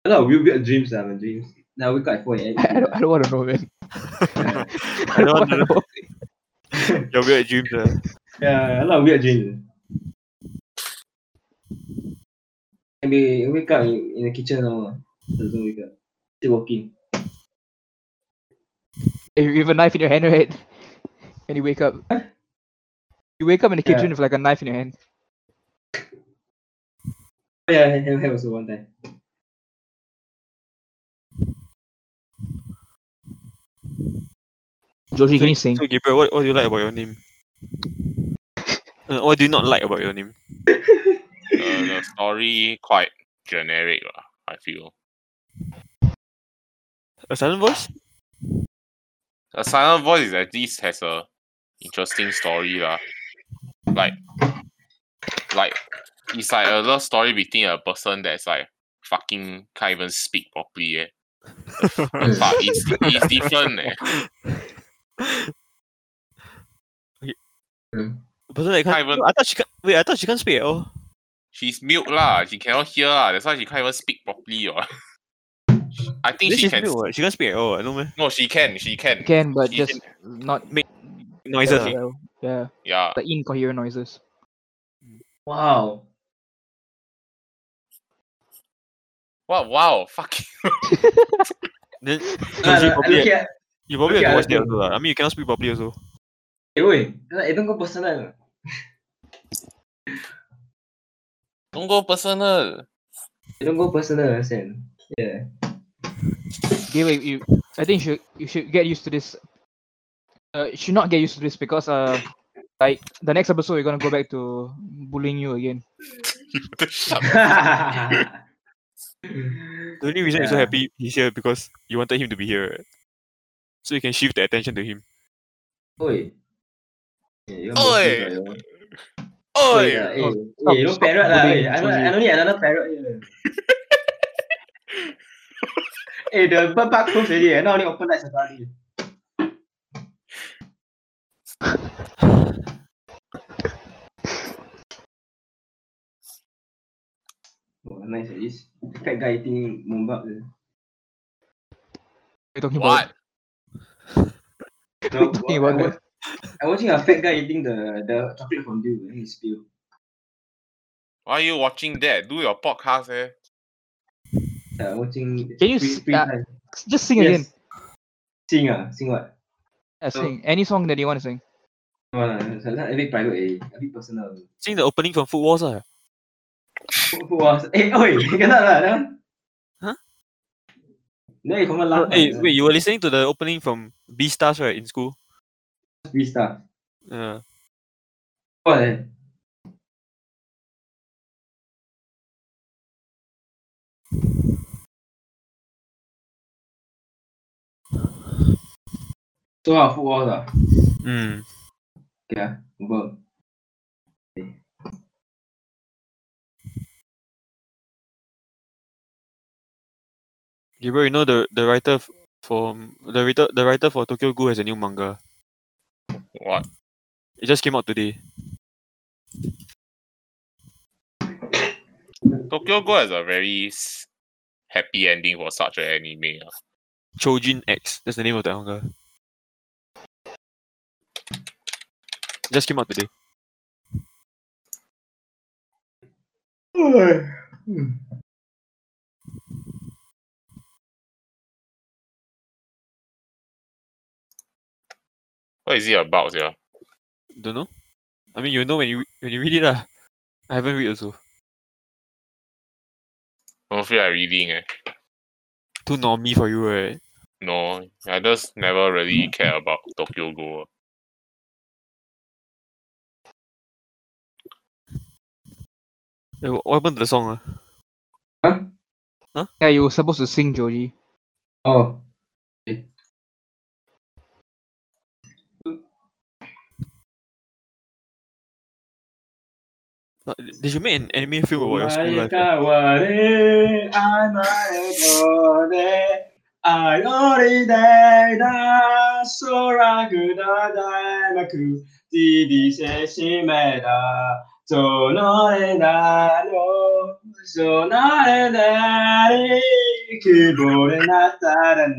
Speaker 4: A lot of weird, weird dreams are my dreams. Now we got for it.
Speaker 3: I don't, I don't want to know, man. *laughs* I
Speaker 5: don't
Speaker 3: wanna
Speaker 5: know.
Speaker 3: know.
Speaker 5: Your weird dreams. Uh.
Speaker 4: Yeah, a lot of weird dreams. Maybe wake up in, in the kitchen or 最后一个 still working
Speaker 3: If you have a knife in your hand, right? And you wake up. You wake up in the
Speaker 4: Yeah.
Speaker 3: kitchen with like a knife in your hand.
Speaker 4: oh yeah have have also one time
Speaker 3: Joji,
Speaker 5: So-
Speaker 3: can you sing?
Speaker 5: So Gabriel, what, what do you like about your name? Uh, what do you not like about your name?
Speaker 2: The,
Speaker 3: *laughs*
Speaker 2: the story quite generic, lah, I feel.
Speaker 5: A silent voice? *laughs*
Speaker 2: A silent voice is at least has a interesting story lah. Like like it's like a love story between a person that's like fucking can't even speak properly.
Speaker 3: *laughs*
Speaker 2: Eh. But it's it's different. Eh.
Speaker 5: Person that can't,
Speaker 2: Can't even-
Speaker 5: No, I thought she can't. Wait, I thought she can't speak at all.
Speaker 2: She's mute lah. She cannot hear lah. That's why she can't even speak properly. Or *laughs* I think
Speaker 5: Then
Speaker 2: she
Speaker 5: she's
Speaker 2: can.
Speaker 5: mute, what? She can't speak at all. I know man.
Speaker 2: No, she can. She can.
Speaker 3: You can, but
Speaker 2: she
Speaker 3: just not
Speaker 5: Noises.
Speaker 3: yeah,
Speaker 5: ah.
Speaker 3: well, yeah,
Speaker 2: Yeah.
Speaker 3: the incoherent noises.
Speaker 4: wow
Speaker 2: Wow. Wow. Fucking. *laughs*
Speaker 4: *laughs*
Speaker 5: Then
Speaker 4: Ah,
Speaker 5: Joji
Speaker 4: no,
Speaker 5: probably
Speaker 4: okay, ah.
Speaker 5: you probably
Speaker 4: okay, I
Speaker 5: have to watch that
Speaker 4: think-
Speaker 5: also. lah. I mean, you cannot speak properly also.
Speaker 4: eh woi alah, eh don't go personal
Speaker 2: Don't go personal. *laughs*
Speaker 4: eh, don't go personal understand yeah *laughs*
Speaker 3: Okay, wait, you, I think you should you should get used to this. Uh, you should not get used to this because uh, like the next episode we're gonna go back to bullying you again.
Speaker 2: Shut up.
Speaker 5: The only reason you're so
Speaker 4: Yeah.
Speaker 5: happy he's here because you wanted him to be here, right? so you can shift the attention to him.
Speaker 4: oi Eh, you
Speaker 2: Oi.
Speaker 4: want boxing or you want-
Speaker 2: Oi.
Speaker 4: Oi, lah, eh,
Speaker 3: Oh,
Speaker 4: eh, don't
Speaker 3: stop
Speaker 4: parrot lah.
Speaker 3: bullying
Speaker 4: eh. I don't, I
Speaker 3: Joji.
Speaker 4: don't need another parrot *laughs* here. eh, the bird park closed already. eh. Now only open lights already. *laughs* Oh, nice at least. Fat guy eating mumbak. je.
Speaker 3: We're talking
Speaker 2: What?
Speaker 3: about
Speaker 4: No,
Speaker 3: What
Speaker 4: I,
Speaker 3: you talking about,
Speaker 4: wa- I watching a fat guy eating the, the chocolate fondue and he spill.
Speaker 2: Why are you watching that? Do your podcast, eh?
Speaker 4: Yeah, watching.
Speaker 3: Can you
Speaker 4: free-
Speaker 3: s-
Speaker 4: free
Speaker 3: uh,
Speaker 4: time.
Speaker 3: just sing again.
Speaker 4: Yes. Sing ah, sing what?
Speaker 3: Yeah,
Speaker 4: So-
Speaker 3: sing any song that you want to sing.
Speaker 4: No lah, this one a bit private eh, a bit personal.
Speaker 5: Seeing the opening from Foot Wars, ah.
Speaker 4: Who, who was? Eh, oi, cannot lah, that one.
Speaker 5: Huh?
Speaker 4: No, you confirm laugh.
Speaker 5: Hey, wait, you were listening to the opening from Beastars, right, in school?
Speaker 4: Three star.
Speaker 5: Uh,
Speaker 4: What? eh? So ah, food wars ah.
Speaker 5: mm.
Speaker 4: Okay ah, confirm. Okay.
Speaker 5: Gabriel, you know the, the writer f- from the writer the writer for Tokyo Ghoul has a new manga.
Speaker 2: What?
Speaker 5: It just came out today.
Speaker 2: Tokyo Go has a very s- happy ending for such an anime. ah.
Speaker 5: Chojin X. That's the name of the manga. It just came out today.
Speaker 4: Hmm.
Speaker 2: What is it about, yeah?
Speaker 5: Don't know. I mean, you know when you when you read it lah. I haven't read also.
Speaker 2: I don't feel like reading, eh?
Speaker 5: Too normie for you, right?
Speaker 2: No, I just never really care about Tokyo ah. Go.
Speaker 5: Eh, wh- What happened to the song? Ah,
Speaker 3: Yeah, you were supposed to sing, Joji.
Speaker 4: Oh.
Speaker 5: Not- They should make an anime film about your school life. eh.
Speaker 4: 生まれ変われあなたの願い空くだだなく地にせしめだそのれだろうそのれだれ希望なさらな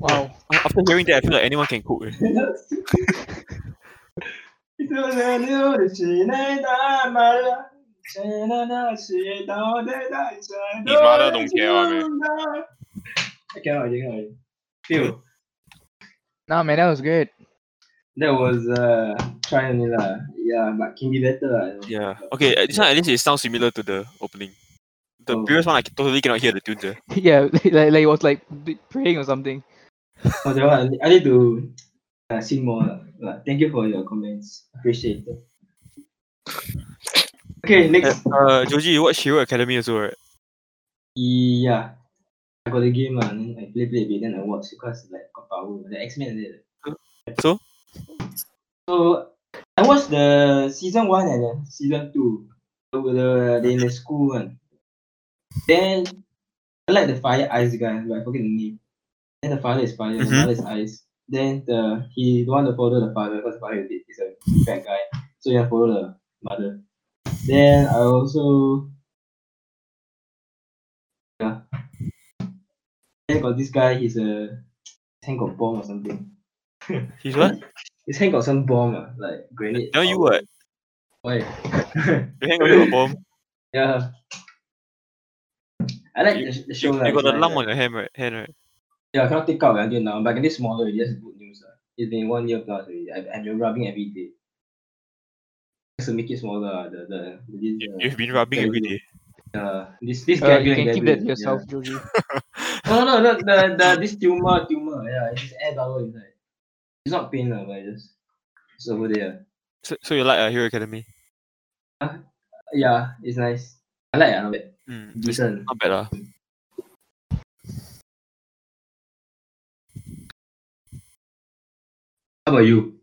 Speaker 3: Wow.
Speaker 5: Ah, After hearing that, I feel like anyone can cook. eh.
Speaker 4: It's a little bit His
Speaker 2: mother don't care one,
Speaker 4: I cannot, I cannot. Phew.
Speaker 3: Nah, man, that was good. *laughs*
Speaker 4: That was uh try only lah. Yeah, but can be better lah. you know.
Speaker 5: Yeah. Okay, uh, this one at least it sounds similar to the opening. The
Speaker 4: Oh.
Speaker 5: previous one I c- totally cannot hear the tunes. eh.
Speaker 3: yeah, *laughs* like, like it was like b- praying or something.
Speaker 4: Oh, that one, I need- I need to uh, sing more lah. But thank you for your comments. Appreciate it. Okay, next.
Speaker 5: Uh, Joji, you watch Hero Academy also, right?
Speaker 4: Yeah. I got the game lah. Then I play play a bit, then I watch because like got power. The X Men is it?
Speaker 5: So?
Speaker 4: So I watched the season one and then season two. So the they in the school one. Then I like the fire ice guy, but I forget the name. Then the father is fire, the
Speaker 5: Mhm.
Speaker 4: mother is ice. Then the he don't want to follow the father because the father is, is a bad guy. So you have to follow the mother. Then I also yeah. Then got this guy. He's a his hand got bomb or something.
Speaker 5: He's what?
Speaker 4: His hand got some bomb ah, like grenade.
Speaker 5: Now you
Speaker 4: or-
Speaker 5: what?
Speaker 4: Why?
Speaker 5: You hang on to a bomb.
Speaker 4: yeah. I like
Speaker 5: You-
Speaker 4: the, sh- the show.
Speaker 5: You,
Speaker 4: lah,
Speaker 5: you got
Speaker 4: it's
Speaker 5: a
Speaker 4: like,
Speaker 5: lump
Speaker 4: uh,
Speaker 5: on your hand, right? Hand, right?
Speaker 4: Yeah, I cannot take out until now, but I can take smaller. already, That's good news. ah. It's been one year plus already. I've, I've been rubbing every day. Just to make it smaller. ah, The, the, the, this,
Speaker 5: You,
Speaker 4: uh,
Speaker 5: you've been rubbing
Speaker 4: yeah,
Speaker 5: every
Speaker 4: you-
Speaker 5: day.
Speaker 4: uh, this, this
Speaker 3: Uh,
Speaker 4: gap
Speaker 3: you
Speaker 4: here
Speaker 3: can
Speaker 4: and
Speaker 3: keep
Speaker 4: gap
Speaker 3: that to
Speaker 4: here,
Speaker 3: yourself, Joji.
Speaker 4: Yeah. No, no, no. The, the, this tumor, tumor. Yeah, it's just air bubble inside. It's not pain, lah, but it's just it's over there.
Speaker 5: So, so you like uh, Hero Academy?
Speaker 4: Yeah, it's nice. I like it. not bad.
Speaker 5: Mm, it's
Speaker 4: Decent.
Speaker 5: not bad, lah.
Speaker 4: How about you?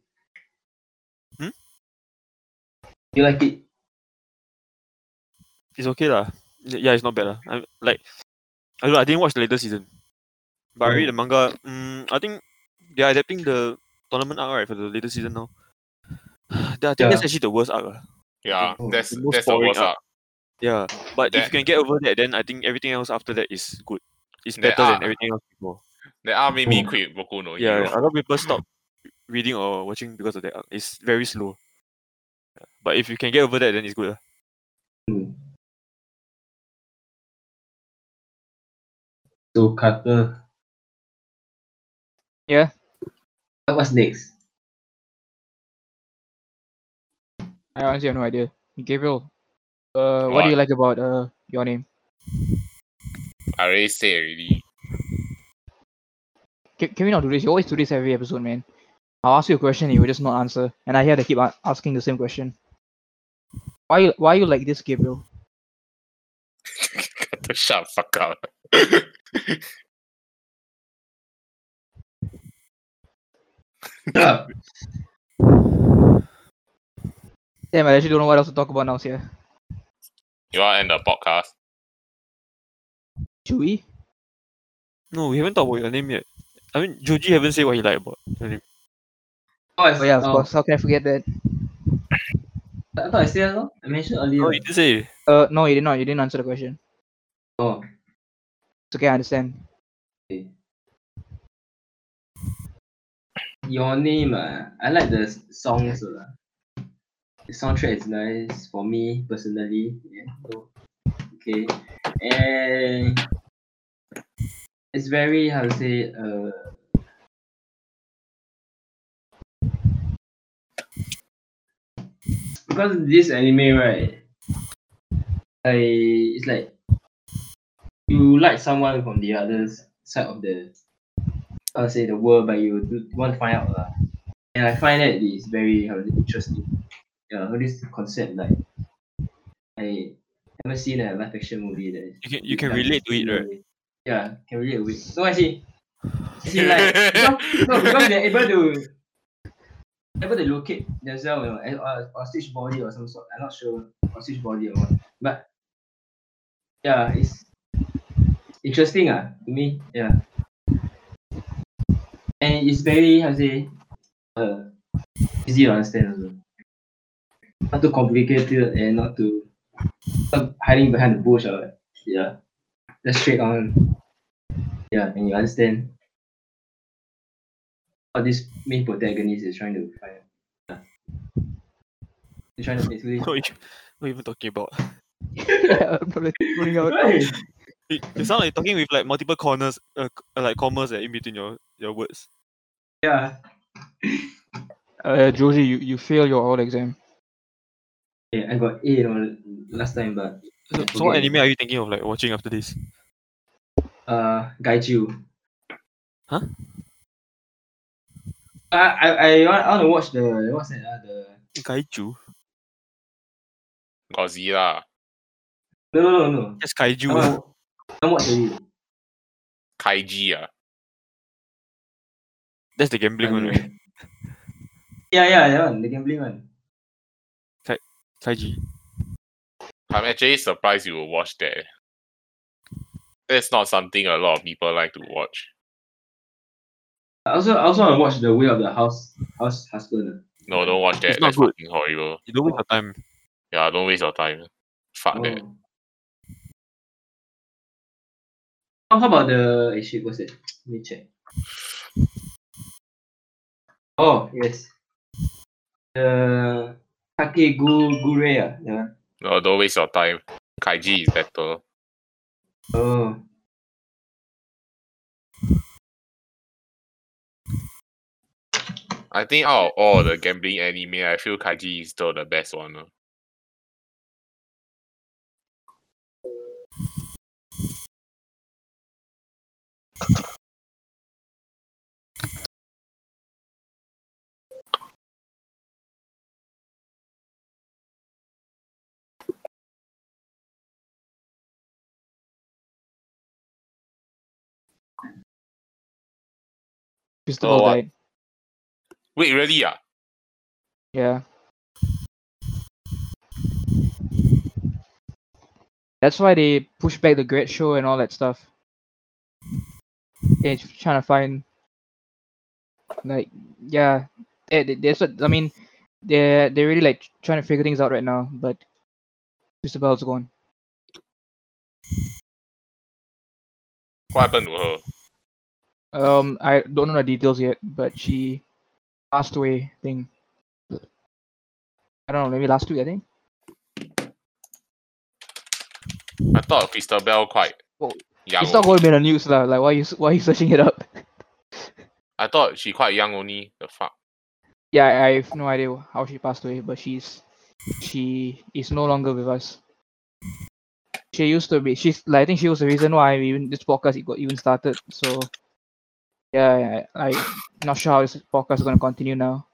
Speaker 5: Hmm?
Speaker 4: You like it?
Speaker 5: It's okay, lah. Y- Yeah, it's not bad, lah. I'm like, I don't know, I didn't watch the latest season, but I read the manga. Mm, I think they are adapting the tournament arc right for the latest season now. *sighs* That- I think that's
Speaker 4: Yeah.
Speaker 5: actually the worst arc. lah.
Speaker 2: Yeah,
Speaker 4: Oh,
Speaker 2: that's
Speaker 5: the most
Speaker 2: that's the
Speaker 5: boring
Speaker 2: worst.
Speaker 5: arc.
Speaker 2: Ah,
Speaker 5: Yeah, but
Speaker 2: That-
Speaker 5: if you can get over that, then I think everything else after that is good. It's
Speaker 2: That
Speaker 5: better than
Speaker 2: arc-
Speaker 5: everything else before.
Speaker 2: that arc made me
Speaker 4: Oh.
Speaker 2: quit Boku no
Speaker 5: Yeah,
Speaker 2: Hero.
Speaker 5: a lot of people stop reading or watching because of that. arc. It's very slow. Yeah, But if you can get over that, then it's good. lah.
Speaker 4: So Carter.
Speaker 3: Yeah.
Speaker 4: What- What's next?
Speaker 3: I honestly have no idea. Gabriel, uh, what,
Speaker 2: What?
Speaker 3: do you like about uh your name?
Speaker 2: I already said already. *laughs*
Speaker 3: Can, can we not do this? You always do this every episode, man. I'll ask you a question and you will just not answer, and I had to keep a- asking the same question. Why you why you like this, Gabriel?
Speaker 2: Carter, shut the fuck up. *laughs*
Speaker 4: Up.
Speaker 3: Damn, I actually don't know what else to talk about now, sir.
Speaker 2: you want to end the podcast?
Speaker 3: Should we?
Speaker 5: No, we haven't talked about your name yet. I mean, Joji haven't said what he liked about your name.
Speaker 4: Oh, I-
Speaker 3: Oh yeah, of
Speaker 4: oh,
Speaker 3: course. How can I forget that?
Speaker 4: I thought I said that. I mentioned earlier.
Speaker 5: No, he didn't say. *laughs*
Speaker 3: Uh, no, you did not. You didn't answer the question.
Speaker 4: Oh,
Speaker 3: It's okay, I understand. *laughs*
Speaker 4: your name. ah. I like the s- songs. ah. The soundtrack is nice for me personally. Yeah. so, okay. And it's very how to say uh. Because this anime, right? I it's like you like someone from the other s- side of the how to say the world, but you do want to find out lah. And I find that it's very how to say, interesting. Yeah, all this concept like I haven't seen a live action movie that is
Speaker 5: You can you can
Speaker 4: like
Speaker 5: relate to it, right?
Speaker 4: Yeah, can relate to it. So actually, actually like because, no, because they're able to able to locate themselves, eh, you know, and or, or stitch body or some sort. I'm not sure or stitch body or what, but yeah, it's interesting ah to me. Yeah, and it's very how to say uh easy to understand also. Not too complicated and not too not hiding behind the bush or what. yeah. That's straight on. Yeah, and you understand what this main
Speaker 5: *laughs*
Speaker 4: protagonist is trying to find. Yeah. He's trying to basically
Speaker 5: No, you, What are you even talking about?
Speaker 3: I'm probably pulling
Speaker 4: *laughs*
Speaker 3: out.
Speaker 4: Right.
Speaker 5: It, it sounds like you're talking with like multiple corners, uh, c- uh, like commas uh, in between your, your words.
Speaker 4: Yeah.
Speaker 3: Uh, Joji, you, you fail your old exam.
Speaker 4: Yeah, I got A you know, last time, but
Speaker 5: So, so what
Speaker 4: Okay.
Speaker 5: anime are you thinking of like watching after this?
Speaker 4: uh, Gaiju.
Speaker 5: Huh?
Speaker 4: I I I want, I want to watch the what's that? Uh, the
Speaker 5: Kaiju?
Speaker 2: Godzilla,
Speaker 4: no no no no.
Speaker 5: That's
Speaker 4: I
Speaker 5: Kaiju.
Speaker 4: want I want to watch
Speaker 2: Kaiji, ah.
Speaker 5: That's the gambling one, *laughs* right?
Speaker 4: the Yeah yeah that one the gambling one.
Speaker 5: Kaiji.
Speaker 2: I'm actually surprised you will watch that. That's not something a lot of people like to watch.
Speaker 4: I also I also want to watch the Way of the House House ah. Husband.
Speaker 2: No, don't watch that.
Speaker 5: not
Speaker 2: That's
Speaker 5: good.
Speaker 2: fucking horrible.
Speaker 5: You don't waste your time.
Speaker 2: Yeah, don't waste your time. Fuck
Speaker 4: Oh.
Speaker 2: that.
Speaker 5: Mm.
Speaker 4: How how about the eh, shit, what's it? Let me check. Oh yes. The Kakegurure. Yeah.
Speaker 2: No, don't waste your time. Kaiji is better.
Speaker 4: Oh.
Speaker 2: I think out of all the gambling anime, I feel Kaiji is still the best one. ah.
Speaker 3: Cristobal
Speaker 2: what?
Speaker 3: died.
Speaker 2: Wait, really? Ah,
Speaker 3: Yeah. That's why they push back the Great Show and all that stuff. They're just trying to find, like, yeah, they, they, that's what I mean. They're they're really like trying to figure things out right now, but Christabel's gone.
Speaker 2: what happened to her?
Speaker 3: Um, I don't know the details yet, but she passed away. I think I don't know, maybe last week I think.
Speaker 2: I thought Christabel quite
Speaker 3: Well,
Speaker 2: young.
Speaker 3: it's not
Speaker 2: only.
Speaker 3: going to be in the news lah. Like, why you s- why you searching it up?
Speaker 2: I thought she quite young only. The fuck.
Speaker 3: Yeah, I, I have no idea how she passed away, but she's she is no longer with us. She used to be. She's like I think she was the reason why we even this podcast it got even started. So yeah, I, I not sure how this podcast is gonna continue now,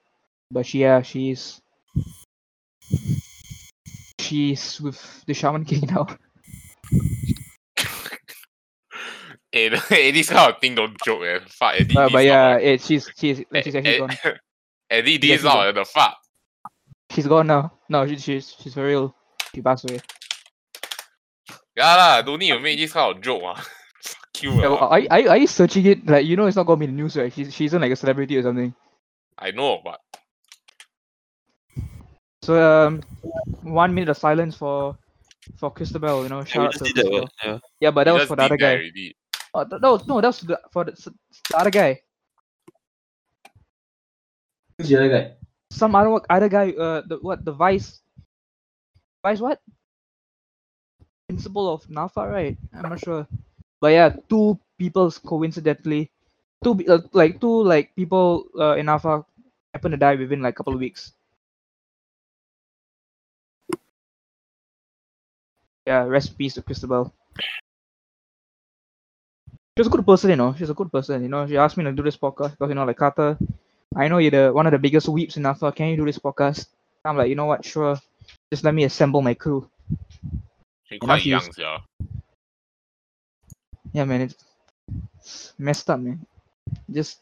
Speaker 3: but she, yeah, she's she's with the Shaman King *laughs* now.
Speaker 2: *laughs* Eh, eh, this kind of thing don't joke, man. Fuck, Eddie.
Speaker 3: Uh,
Speaker 2: this
Speaker 3: but
Speaker 2: not-
Speaker 3: yeah, it, she's she's like, she's
Speaker 2: Eh,
Speaker 3: actually
Speaker 2: eh,
Speaker 3: gone.
Speaker 2: *laughs* Eddie,
Speaker 3: Yeah,
Speaker 2: this
Speaker 3: she's
Speaker 2: not the fuck.
Speaker 3: She's gone now. No, she, she's she's for real. She passed away.
Speaker 2: Yeah lah, don't need to make
Speaker 3: *laughs*
Speaker 2: this kind of joke ah. Fuck you
Speaker 3: Yeah,
Speaker 2: ah.
Speaker 3: well, are, you- are, you- are you searching it? Like, you know, it's not gonna be in the news, right? She's, she isn't like a celebrity or something.
Speaker 2: I know, but
Speaker 3: So, um, one minute of silence for for Christabel, you know,
Speaker 5: Yeah, we
Speaker 3: shout out
Speaker 5: just
Speaker 3: to
Speaker 5: did that one.
Speaker 3: Christabel.
Speaker 5: Yeah.
Speaker 3: Yeah, but that
Speaker 2: we
Speaker 3: was
Speaker 2: just
Speaker 3: for the
Speaker 2: did
Speaker 3: other
Speaker 2: that
Speaker 3: guy.
Speaker 2: already.
Speaker 3: Oh, th- no, no, that was the, for the, s- the other guy.
Speaker 4: Who's the other guy?
Speaker 3: Some other one- other guy. Uh, the what? The vice. Vice what? Principal of Nafa, right? I'm not sure. But yeah, two people's coincidentally, two pe- uh, like two like people uh, in Nafa happened to die within like a couple of weeks. Yeah, rest in peace to Christabel. She was a good person, you know. She's a good person, you know. She asked me to do this podcast because you know, like Carter, I know you're the one of the biggest weeps in Nafa. Can you do this podcast? I'm like, you know what? Sure. Just let me assemble my crew.
Speaker 2: She
Speaker 3: now
Speaker 2: quite
Speaker 3: she
Speaker 2: young,
Speaker 3: is-
Speaker 2: yeah.
Speaker 3: Yeah, man, it's messed up, man. Just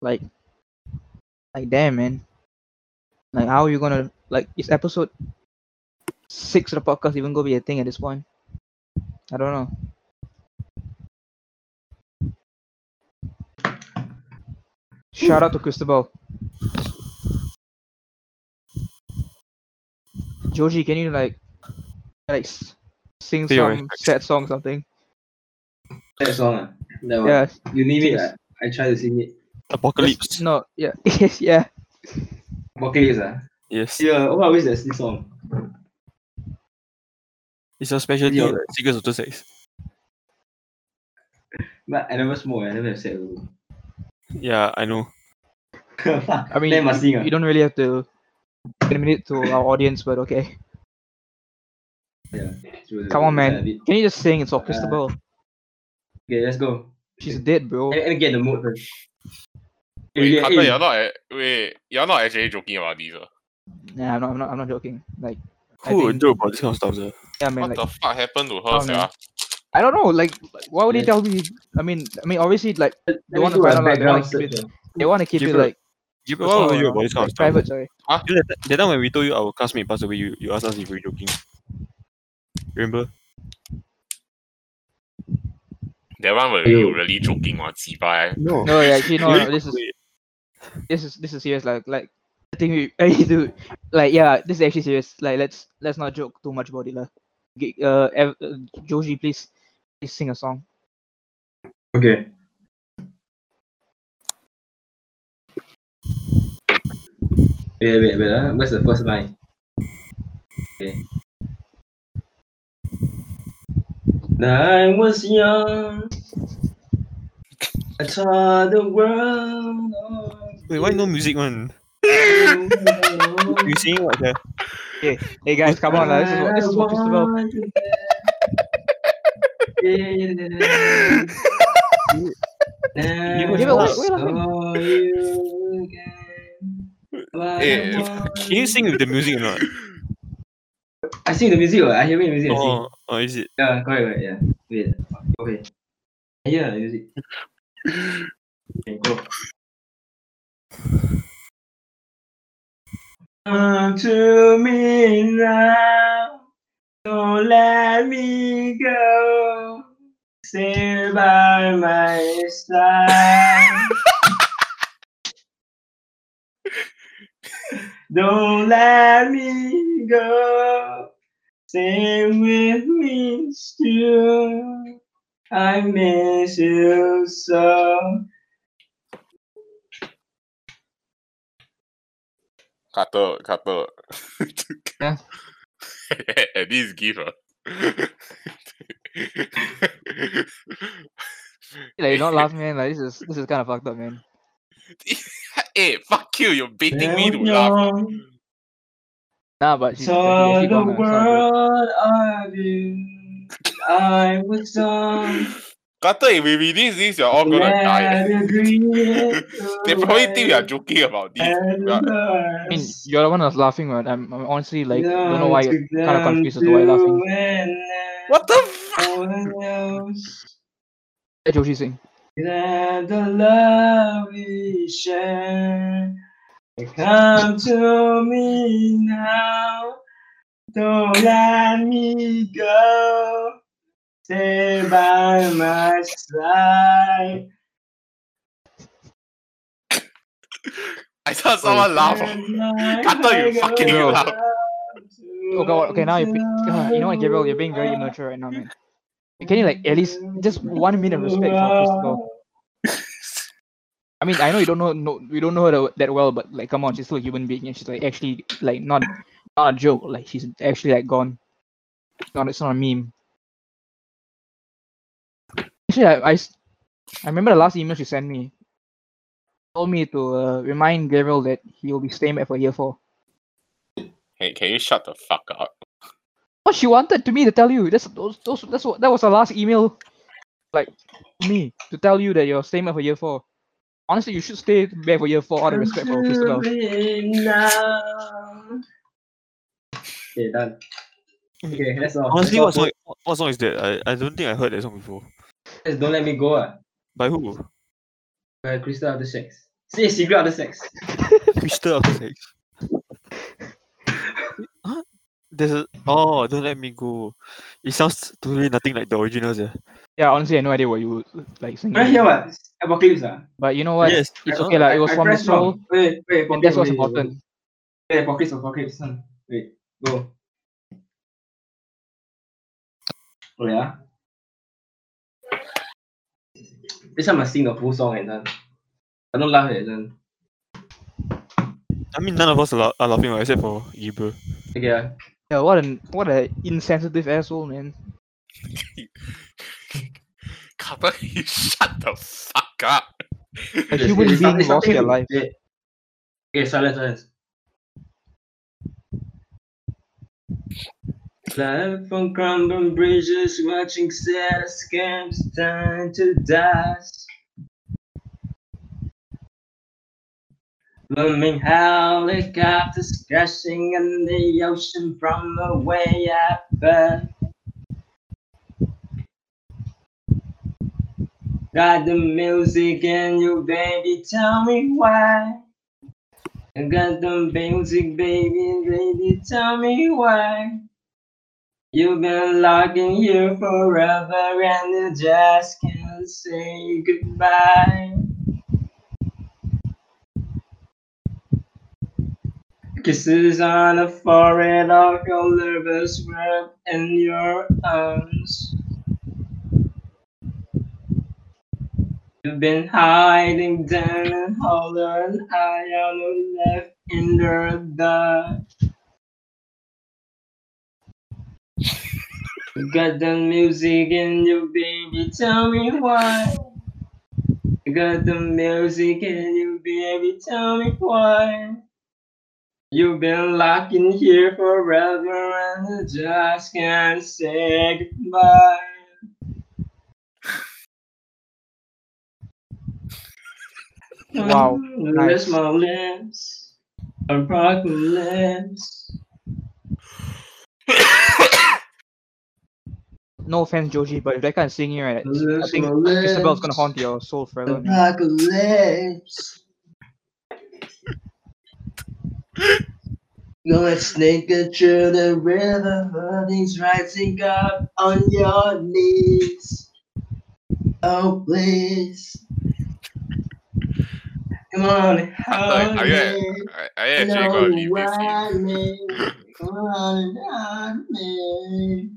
Speaker 3: like, like damn, man. Like, how are you gonna like? Is episode six of the podcast even gonna be a thing at this point? I don't know. Shout out to Cristobal. Joji, can you like, like, s- sing
Speaker 5: Say your
Speaker 3: some sad song, something?
Speaker 4: That song ah. That one.
Speaker 3: Yeah,
Speaker 4: You name it
Speaker 3: Yes.
Speaker 4: ah. I try to sing it.
Speaker 5: Apocalypse.
Speaker 3: No, yeah, yeah.
Speaker 4: Apocalypse ah.
Speaker 5: Yes.
Speaker 4: Yeah, what is that song?
Speaker 5: It's your specialty,
Speaker 4: Yeah.
Speaker 5: like, Secrets of the Sex.
Speaker 4: But I never smoke, I never have sex. also.
Speaker 5: Yeah, I know.
Speaker 3: *laughs*
Speaker 4: Fuck,
Speaker 3: I mean,
Speaker 4: then must sing.
Speaker 3: you,
Speaker 4: ah.
Speaker 3: you don't really have to admit it to our audience, but okay.
Speaker 4: Yeah, true,
Speaker 3: Come on,
Speaker 4: true, yeah,
Speaker 3: man.
Speaker 4: a bit.
Speaker 3: Can you just sing? It's orchestrable.
Speaker 4: Okay, let's go.
Speaker 3: She's dead, bro.
Speaker 4: And, and get the mood first.
Speaker 2: Wait,
Speaker 4: Really,
Speaker 2: Carter,
Speaker 4: eh,
Speaker 2: you're not a- wait, you're not actually joking about these. Uh.
Speaker 3: Nah, I'm not, I'm not. I'm not joking. Like, I
Speaker 5: Who would
Speaker 3: think-
Speaker 5: do about this kind of stuff? Though?
Speaker 3: yeah, man.
Speaker 2: What
Speaker 3: Like,
Speaker 2: the fuck happened to her,
Speaker 3: Oh, man.
Speaker 2: sia?
Speaker 3: I don't know. Like, why would they
Speaker 4: Yeah.
Speaker 3: tell me? I mean, I mean, obviously, like
Speaker 4: let
Speaker 3: They
Speaker 4: me
Speaker 3: wanna
Speaker 4: do a
Speaker 3: find out, like, they wanna
Speaker 4: background
Speaker 3: keep
Speaker 4: search,
Speaker 3: they want to keep
Speaker 5: Give
Speaker 3: it
Speaker 5: it a-
Speaker 3: like
Speaker 5: You
Speaker 3: What's
Speaker 5: what
Speaker 3: going
Speaker 5: would you do
Speaker 3: on?
Speaker 5: about this kind of
Speaker 3: like,
Speaker 5: stuff?
Speaker 3: private. Sorry.
Speaker 5: You know, that, that time when we told you our classmate passed away, you, you asked us if we were joking. Remember?
Speaker 2: That one were
Speaker 4: Yo.
Speaker 2: you really joking on Ziba.
Speaker 4: Oh.
Speaker 5: No.
Speaker 3: No, yeah, actually, no.
Speaker 5: You
Speaker 3: no
Speaker 5: really
Speaker 3: Oh, this
Speaker 4: *laughs*
Speaker 3: is
Speaker 5: wait,
Speaker 3: this is this is serious. Like, like I think we, *laughs* hey, dude, like, yeah, this is actually serious. Like, let's let's not joke too much about it, lah. G- Uh, Ev- uh, Joji, please, please sing a song.
Speaker 4: yeah. Okay. Wait, wait, wait. ah. Where's the first line? Okay. When I was young, I saw the world.
Speaker 5: wait, why no music one? You singing what sia?
Speaker 3: Hey guys, come on, lah. This is what this is what Christopher.
Speaker 5: Give
Speaker 3: it away, wait, wait.
Speaker 2: Eh,
Speaker 5: Can you sing with the music or not?
Speaker 4: I sing the music. what? I hear the music. I sing.
Speaker 5: Oh, oh, is it?
Speaker 4: Yeah, Ah, correct, correct. Yeah. Wait. Okay. I hear the music. Okay, go. Come to me now. Don't let me go. Stay by my side. Don't let me go. Stay with me still. I miss you so.
Speaker 2: Carter, Carter.
Speaker 3: Yeah.
Speaker 2: *laughs* At least give her. *laughs*
Speaker 3: Like, you don't laugh, man. Like, this is this is kind of fucked up, man.
Speaker 2: hey, fuck you, you're baiting me to
Speaker 4: Well,
Speaker 2: laugh.
Speaker 4: young,
Speaker 3: Nah, but she's actually,
Speaker 4: Saw
Speaker 3: actually
Speaker 4: the
Speaker 3: gone, lah. It's not good.
Speaker 4: world of you. I was young.
Speaker 2: Carter, if we release this, you're all gonna die. *laughs* They
Speaker 4: they
Speaker 2: probably think we are joking about this. We are-
Speaker 3: I mean, you're the one that's laughing, right? I'm, I'm honestly like, don't know why you're kind of confused as to why you're laughing.
Speaker 4: laughing.
Speaker 2: What the fuck?
Speaker 3: Let Joji sing.
Speaker 4: That the love we share
Speaker 3: Oh,
Speaker 4: come to me now. Don't let me go. Stay by my side.
Speaker 2: I saw someone laugh. Carter, you fucking
Speaker 3: Bro.
Speaker 2: laugh.
Speaker 3: Oh god, okay, now you're, be- God, you know what, Gabriel, you're being very immature right now, man. Can you like at least just one minute of respect for Christopher? I mean, I know you don't know, no, we don't know her tha- that well, but like, come on, she's still a human being, and she's like actually like not, not a joke. Like she's actually like gone. It's not, it's not a meme. Actually, I, I s- I remember the last email she sent me. Told me to uh, remind Gabriel that he will be staying back for year four.
Speaker 2: Hey, can you shut the fuck up?
Speaker 3: What she wanted to me to tell you. That's those, those, that's what that was her last email, like to me to tell you that you're staying back for year four. Honestly, you should stay back for year four out of respect for Christabel.
Speaker 4: Okay, done. Okay, that's all.
Speaker 5: Honestly, what
Speaker 4: that's all,
Speaker 5: song, what- what song is that? I, I don't think I heard that song before.
Speaker 4: folks. Don't let me go. Ah,
Speaker 5: By
Speaker 4: uh,
Speaker 5: who?
Speaker 4: Crystal after sex. See, secret after sex.
Speaker 5: Crystal After Sex. Huh? There's a. Oh, don't let me go. It sounds totally nothing like the original. Yeah.
Speaker 3: Yeah, honestly, I had no idea what you would like singing.
Speaker 4: *laughs* Right here, what? Apocalypse. Ah.
Speaker 3: But you know what?
Speaker 5: Yes.
Speaker 3: It's
Speaker 5: I-
Speaker 3: okay, lah. Uh, It was
Speaker 4: I
Speaker 3: from the
Speaker 4: pressed
Speaker 3: soul,
Speaker 4: wrong. Wait, wait,
Speaker 3: and that's
Speaker 4: Apocalypse,
Speaker 3: what's
Speaker 4: wait, wait,
Speaker 3: important.
Speaker 4: Wait, Apocalypse, Apocalypse. huh. hmm. Wait, go. Oh yeah. This time I must sing the full song and then I don't laugh at then.
Speaker 5: I mean, none of us are, la- are laughing, right, except for Gabriel.
Speaker 4: Okay, uh,
Speaker 3: Yeah, what an what an insensitive asshole,
Speaker 4: *laughs*
Speaker 3: man.
Speaker 2: Carter, you shut the fuck up.
Speaker 3: A
Speaker 4: it's-
Speaker 3: human
Speaker 4: it's some-
Speaker 3: being
Speaker 4: it's
Speaker 3: lost their
Speaker 4: something-
Speaker 3: life.
Speaker 4: Okay, okay, silence, silence. Life on crumbling bridges, watching sad scams turn to dust. Looming helicopters crashing in the ocean from away at birth. Got the music and you, baby, tell me why. I got the music, baby, baby, tell me why. You've been logging here forever and you just can't say goodbye. Kisses on the forehead of your lovers were in your arms. You've been hiding down and hollow and I am left in the dark. You got the music in you, baby, tell me why. You got the music in you, baby, tell me why. You've been locked in here forever and I just can't say goodbye.
Speaker 3: Wow,
Speaker 4: Mm,
Speaker 3: nice.
Speaker 4: Miss my lips, my broken lips.
Speaker 3: No offense, Joji, but if that kind of singing, right,
Speaker 4: My
Speaker 3: I
Speaker 4: lips,
Speaker 3: think
Speaker 4: my
Speaker 3: Isabel's gonna
Speaker 4: lips,
Speaker 3: haunt your soul forever.
Speaker 4: My
Speaker 3: Man.
Speaker 4: broken lips. Gonna sneak it through the river, honey's rising up on your knees. Oh, please. Come on,
Speaker 2: Like,
Speaker 4: hold
Speaker 2: are you at-
Speaker 4: me.
Speaker 2: I, I actually gotta leave this
Speaker 4: Nowhere
Speaker 2: thing.
Speaker 4: me, come on, on me.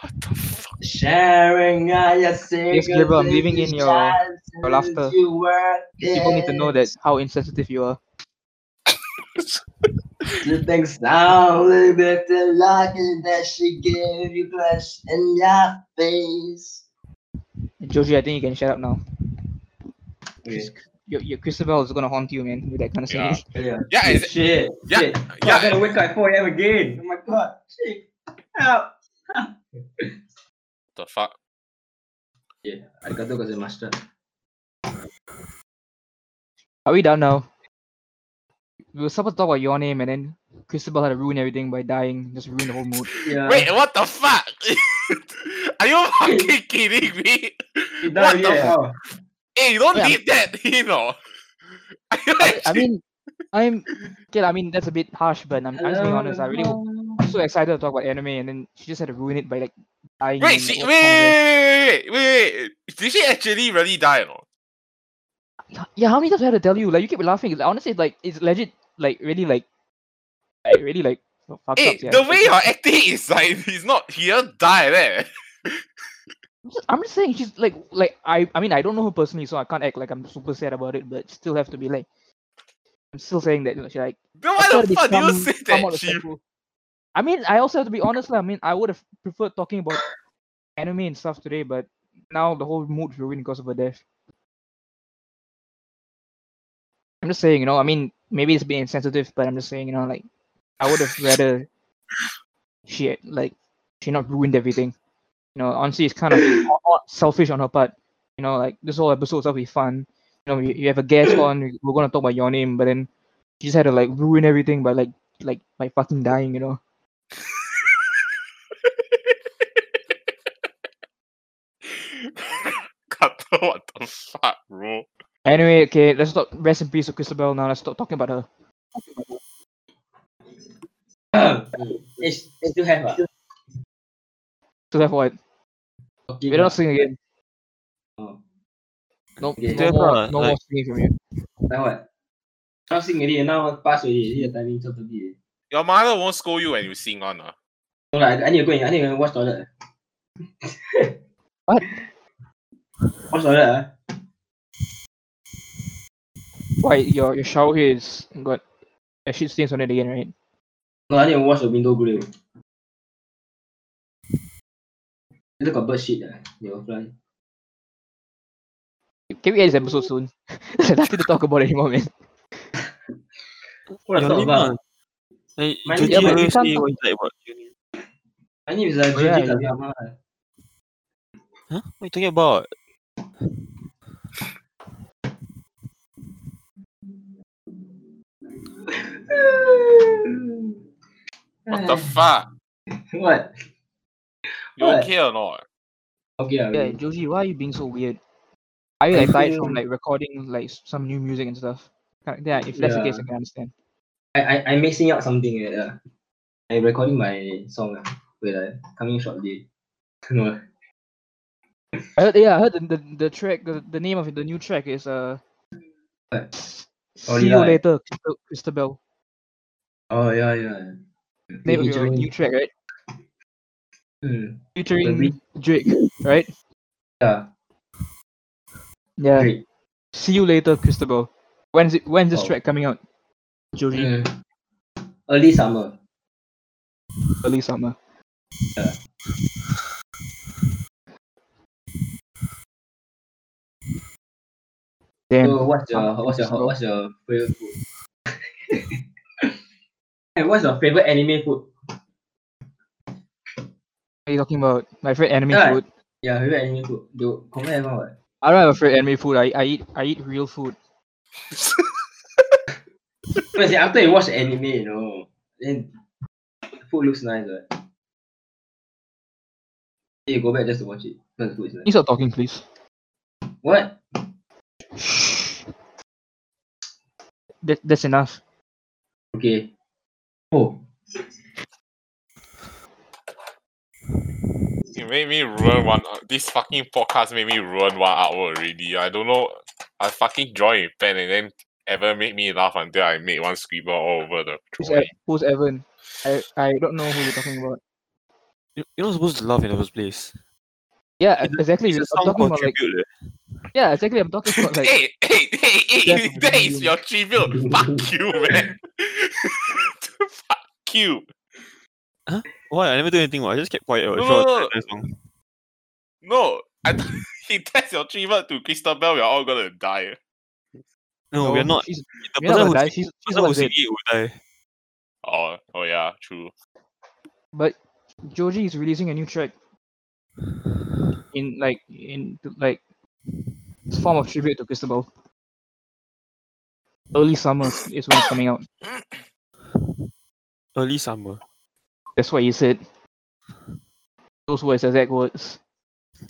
Speaker 2: What the fuck?
Speaker 4: Sharing all your secrets.
Speaker 3: Gabriel, I'm leaving in your-
Speaker 4: and
Speaker 3: your laughter.
Speaker 4: You were
Speaker 3: People need to know that
Speaker 4: it.
Speaker 3: how insensitive you are.
Speaker 4: You think soundly with the locket that she gave you blush in your face.
Speaker 3: Joji, I think you can shut up now.
Speaker 4: Okay.
Speaker 3: Your, your Christabel is gonna haunt you, man, with that kind of singing.
Speaker 2: Yeah.
Speaker 4: Yeah.
Speaker 2: Yeah,
Speaker 4: Shit.
Speaker 2: is it-
Speaker 4: shit.
Speaker 2: yeah,
Speaker 4: shit. Oh, I
Speaker 2: yeah.
Speaker 4: gotta wake up at 4 a.m. again. Oh my god. Shit. Help.
Speaker 2: the fuck?
Speaker 4: Yeah, I got to go to master.
Speaker 3: Are we done now? We were supposed to talk about your name, and then Christabel had to ruin everything by dying, just ruin the whole mood.
Speaker 4: Yeah.
Speaker 2: Wait, what the fuck? Are you fucking kidding me?
Speaker 4: He
Speaker 2: What
Speaker 4: died,
Speaker 2: the
Speaker 4: yeah.
Speaker 2: fuck?
Speaker 4: Oh.
Speaker 2: Hey, you don't
Speaker 3: Yeah, I'm-
Speaker 2: need that, you know. Are you
Speaker 3: I
Speaker 2: actually-
Speaker 3: mean, I'm okay. I mean, that's a bit harsh, but I'm, I'm just being honest. I really was so excited to talk about anime, and then she just had to ruin it by like dying.
Speaker 2: Wait,
Speaker 3: in,
Speaker 2: she,
Speaker 3: like,
Speaker 2: wait,
Speaker 3: what song
Speaker 2: wait, wait, wait, wait, wait, wait. Did she actually really die or not?
Speaker 3: it was. Yeah, how many times do I have to tell you? Like, you keep laughing. Like, honestly, like it's legit. Like, really, like, like really, like. f- fucked
Speaker 2: Hey,
Speaker 3: up, yeah.
Speaker 2: the
Speaker 3: It's
Speaker 2: way
Speaker 3: just-
Speaker 2: you're acting is like he's not he just die there. *laughs*
Speaker 3: I'm just, I'm just saying she's like like I I mean I don't know her personally so I can't act like I'm super sad about it but still have to be like I'm still saying that you know, she like
Speaker 2: Then
Speaker 3: I
Speaker 2: why
Speaker 3: tried to
Speaker 2: the fuck do you
Speaker 3: become
Speaker 2: say
Speaker 3: somewhat
Speaker 2: that? She,
Speaker 3: respectful. I mean, I also have to be honest. lah, I mean, I would have preferred talking about anime and stuff today, but now the whole mood ruined because of her death. I'm just saying, you know. I mean, maybe it's being insensitive, but I'm just saying, you know, like I would have rather she had, like she not ruined everything. You know, honestly, it's kind of o- o- selfish on her part. You know, like this whole episode's gonna be fun. You know, you, you have a
Speaker 2: *clears throat*
Speaker 3: guest on. we- We're gonna talk about your name, but then she just had to like ruin everything by like like by fucking dying, you know.
Speaker 2: *laughs* Kato, what the fuck, bro?
Speaker 3: Anyway, okay, let's stop. Rest in peace, to Christabel. Now let's stop talking about her.
Speaker 4: it's, it's still have a
Speaker 3: So that's what
Speaker 4: okay,
Speaker 3: we don't sing again.
Speaker 4: Oh,
Speaker 3: No,
Speaker 4: Yeah.
Speaker 3: no
Speaker 5: Yeah,
Speaker 3: more,
Speaker 5: lah,
Speaker 3: no more
Speaker 5: like-
Speaker 3: singing from you.
Speaker 4: now what? Now sing already, now pass already, already the timing twelve thirty.
Speaker 2: Your mother won't scold you when you sing ah. on her.
Speaker 4: No lah, I, I need to go in, I need to go and watch toilet.
Speaker 3: What?
Speaker 4: Watch toilet ah.
Speaker 3: Why your your shower here is got That shit stains on it again, right?
Speaker 4: No, I need to wash the window grill. Later got bird shit, ah, they will fly.
Speaker 3: Can we end this episode soon? *laughs* There's nothing to talk about anymore, man.
Speaker 4: What I
Speaker 5: Your
Speaker 4: talk
Speaker 5: name
Speaker 4: about?
Speaker 5: lah. Like,
Speaker 4: Mine-
Speaker 5: Jyoti
Speaker 4: yeah, but
Speaker 5: always
Speaker 3: you can't
Speaker 5: say
Speaker 3: talk-
Speaker 5: what you like about your name.
Speaker 4: My name is uh,
Speaker 3: Oh, yeah,
Speaker 4: Jody
Speaker 3: yeah.
Speaker 2: à?
Speaker 4: Kabiyama.
Speaker 5: Huh? What you talking about?
Speaker 2: What the fuck?
Speaker 4: What?
Speaker 2: You
Speaker 4: What?
Speaker 2: okay or not?
Speaker 4: Okay, ah,
Speaker 3: Yeah,
Speaker 4: okay.
Speaker 3: Joji, why are you being so weird? Are you
Speaker 4: I
Speaker 3: like tired
Speaker 4: feel-
Speaker 3: from like recording like s- some new music and stuff? Ca- Yeah, if that's the case, I can understand.
Speaker 4: I, I, I'm mixing up something. eh, Yeah. I'm recording my song. ah. Wait, ah, coming shortly. *laughs* no.
Speaker 3: I heard, yeah, I heard the, the, the track, the, the name of it, the new track is uh.
Speaker 4: What? Oh,
Speaker 3: See you
Speaker 4: Lila, eh?
Speaker 3: later, Christa- Christabel.
Speaker 4: Oh, yeah, yeah.
Speaker 3: Name of your
Speaker 4: Featuring-
Speaker 3: new track, right?
Speaker 4: Hmm,
Speaker 3: Featuring Drake, right?
Speaker 4: Yeah,
Speaker 3: Yeah.
Speaker 4: great.
Speaker 3: See you later, Christabel. When's it? When's this
Speaker 4: Oh.
Speaker 3: track coming out? Joji,
Speaker 4: Hmm. Early summer.
Speaker 3: early summer.
Speaker 4: Yeah.
Speaker 3: Damn.
Speaker 4: So what's your
Speaker 3: Summer,
Speaker 4: what's your
Speaker 3: Christabel.
Speaker 4: what's your favorite food? *laughs* and what's your favorite anime food?
Speaker 3: What are you talking about? My favorite anime
Speaker 4: Yeah.
Speaker 3: food.
Speaker 4: Yeah, favorite anime food. Do comment about what?
Speaker 3: I don't have a favorite anime food. I, I eat I eat real food.
Speaker 4: No, as in after you watch the anime, you know, then the food looks nice, right? Then you go back just to watch it. Because the food is
Speaker 3: Can you
Speaker 4: nice.
Speaker 3: stop talking, please?
Speaker 4: What?
Speaker 3: Shh. That, that's enough.
Speaker 4: Okay. Oh.
Speaker 2: You made me ruin one. uh, This fucking podcast made me ruin one hour already. I don't know. I fucking draw in pen and then ever made me laugh until I made one scribble all over the
Speaker 3: Who's,
Speaker 2: drawing.
Speaker 3: E- who's Evan? I, I don't know who you're talking about.
Speaker 5: You- You're not supposed to laugh in the first place.
Speaker 3: Yeah, exactly.
Speaker 5: It's a
Speaker 3: I'm
Speaker 5: song
Speaker 3: talking about like
Speaker 5: contribute. eh.
Speaker 3: yeah, exactly. I'm talking about *laughs* like
Speaker 2: hey, hey, hey, hey,
Speaker 3: That's
Speaker 2: *laughs* that is
Speaker 3: mean.
Speaker 2: your tribute. Fuck you,
Speaker 3: *laughs*
Speaker 2: man. *laughs* Fuck you.
Speaker 5: eh. Why? I never do anything. What? I just kept quiet. what,
Speaker 2: No,
Speaker 5: throughout
Speaker 2: no,
Speaker 5: the entire song.
Speaker 2: No, I th- *laughs* he tests your tribute to Christabel. We're all gonna die.
Speaker 5: No, we're not.
Speaker 3: She's,
Speaker 5: The
Speaker 3: we're not
Speaker 5: person
Speaker 3: gonna
Speaker 5: who's
Speaker 3: die.
Speaker 5: the
Speaker 3: She's, she's
Speaker 5: person
Speaker 3: not
Speaker 5: who's
Speaker 3: dead.
Speaker 5: singing it will die.
Speaker 2: Oh, oh yeah, true.
Speaker 3: But Joji is releasing a new track in like in to- like it's form of tribute to Cristobal. Early summer is when it's coming out.
Speaker 5: Early summer.
Speaker 3: That's what he said. Those were his exact words.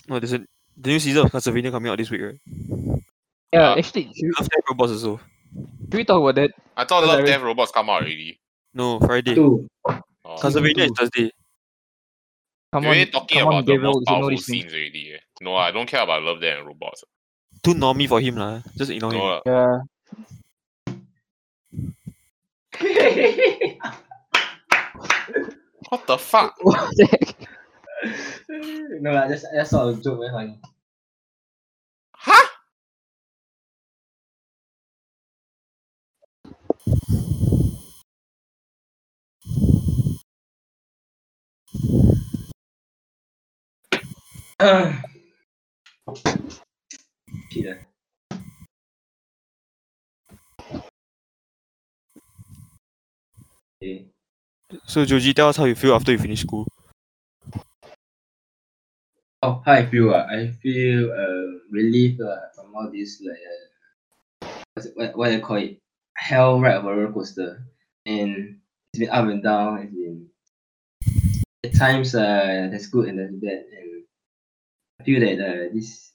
Speaker 5: No, there's a the new season of Castlevania coming out this week, right?
Speaker 3: Yeah,
Speaker 2: Yeah.
Speaker 3: actually, should,
Speaker 5: Love Death Robots also.
Speaker 3: should we talk about that?
Speaker 2: I thought
Speaker 3: Cause I
Speaker 2: Love
Speaker 3: re-
Speaker 2: Death Robots come out already.
Speaker 5: No, Friday.
Speaker 4: Two.
Speaker 2: Oh.
Speaker 5: Castlevania is
Speaker 4: two.
Speaker 5: Thursday.
Speaker 2: You're
Speaker 3: Come on,
Speaker 2: already talking
Speaker 3: come
Speaker 2: about
Speaker 3: on,
Speaker 2: the
Speaker 3: Gabriel,
Speaker 2: most
Speaker 3: you should know
Speaker 2: powerful
Speaker 3: these things.
Speaker 2: scenes already. eh. No, I don't care about Love Death and Robots.
Speaker 5: Too normy for him lah. Just ignore him.
Speaker 2: No, uh,
Speaker 3: Yeah, *laughs*
Speaker 2: what the fuck?
Speaker 3: what the heck?
Speaker 4: *laughs* no, I just I just saw a joke very funny. *sighs*
Speaker 2: Huh?
Speaker 4: Shit, ah. Okay.
Speaker 5: So Joji, tell us how you feel after you finish school.
Speaker 4: Oh, how I feel? Uh, I feel uh, relief uh, from all this like uh, what's it- what what do you call it? Hell right of a roller coaster, and it's been up and down. It's been at times uh, that's good and that's bad, and I feel that uh, this